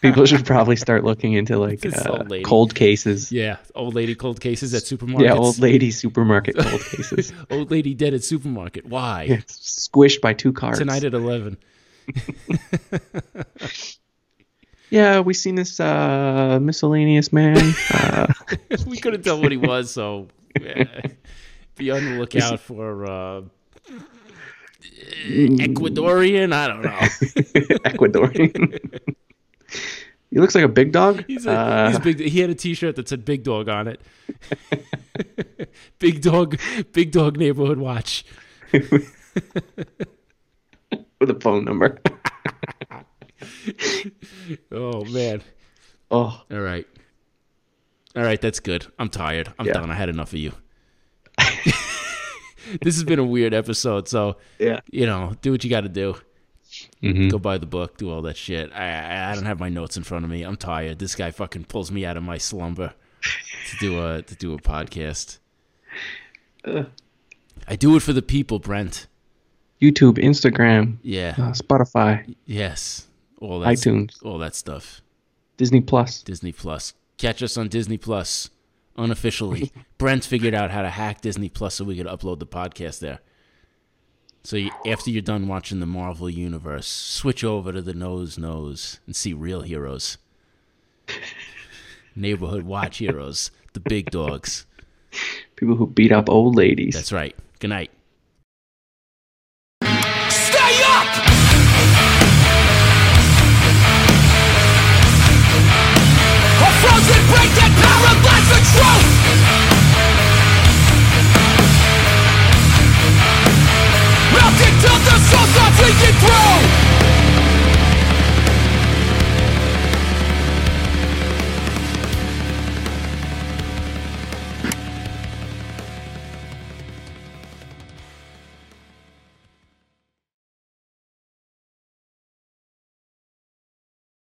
People should probably start looking into like This uh, old lady. cold cases. Yeah, Yeah, old lady cold cases at supermarkets. old lady supermarket cold cases. Old lady dead at supermarket. Why? Yeah, squished by two cars. Tonight at eleven. yeah, we seen this uh, miscellaneous man. uh, we couldn't tell what he was, so yeah. be on the lookout for uh, Ecuadorian. I don't know. Ecuadorian. he looks like a big dog. He's a, Uh, he's big. He had a T-shirt that said "Big Dog" on it. big dog, big dog neighborhood watch. with a phone number. Oh man! Oh, All right, all right. That's good. I'm tired. I'm Yeah. done. I had enough of you. this has been a weird episode. So yeah. you know, do what you got to do. Mhm. Go buy the book. Do all that shit. I I- I don't have my notes in front of me. I'm tired. This guy fucking pulls me out of my slumber to do a to do a podcast. I do it for the people, Brent. YouTube, Instagram, Yeah. uh, Spotify, Yes. All that iTunes. All that stuff. Disney Plus. Disney Plus. Catch us on Disney Plus unofficially. Brent figured out how to hack Disney Plus so we could upload the podcast there. So you, after you're done watching the Marvel Universe, switch over to the Nose Nose and see real heroes. Neighborhood watch heroes, the big dogs. People who beat up old ladies. That's right. Good night. Stay up! A frozen break that paralyzed the truth! Melted till the souls are bleeding through!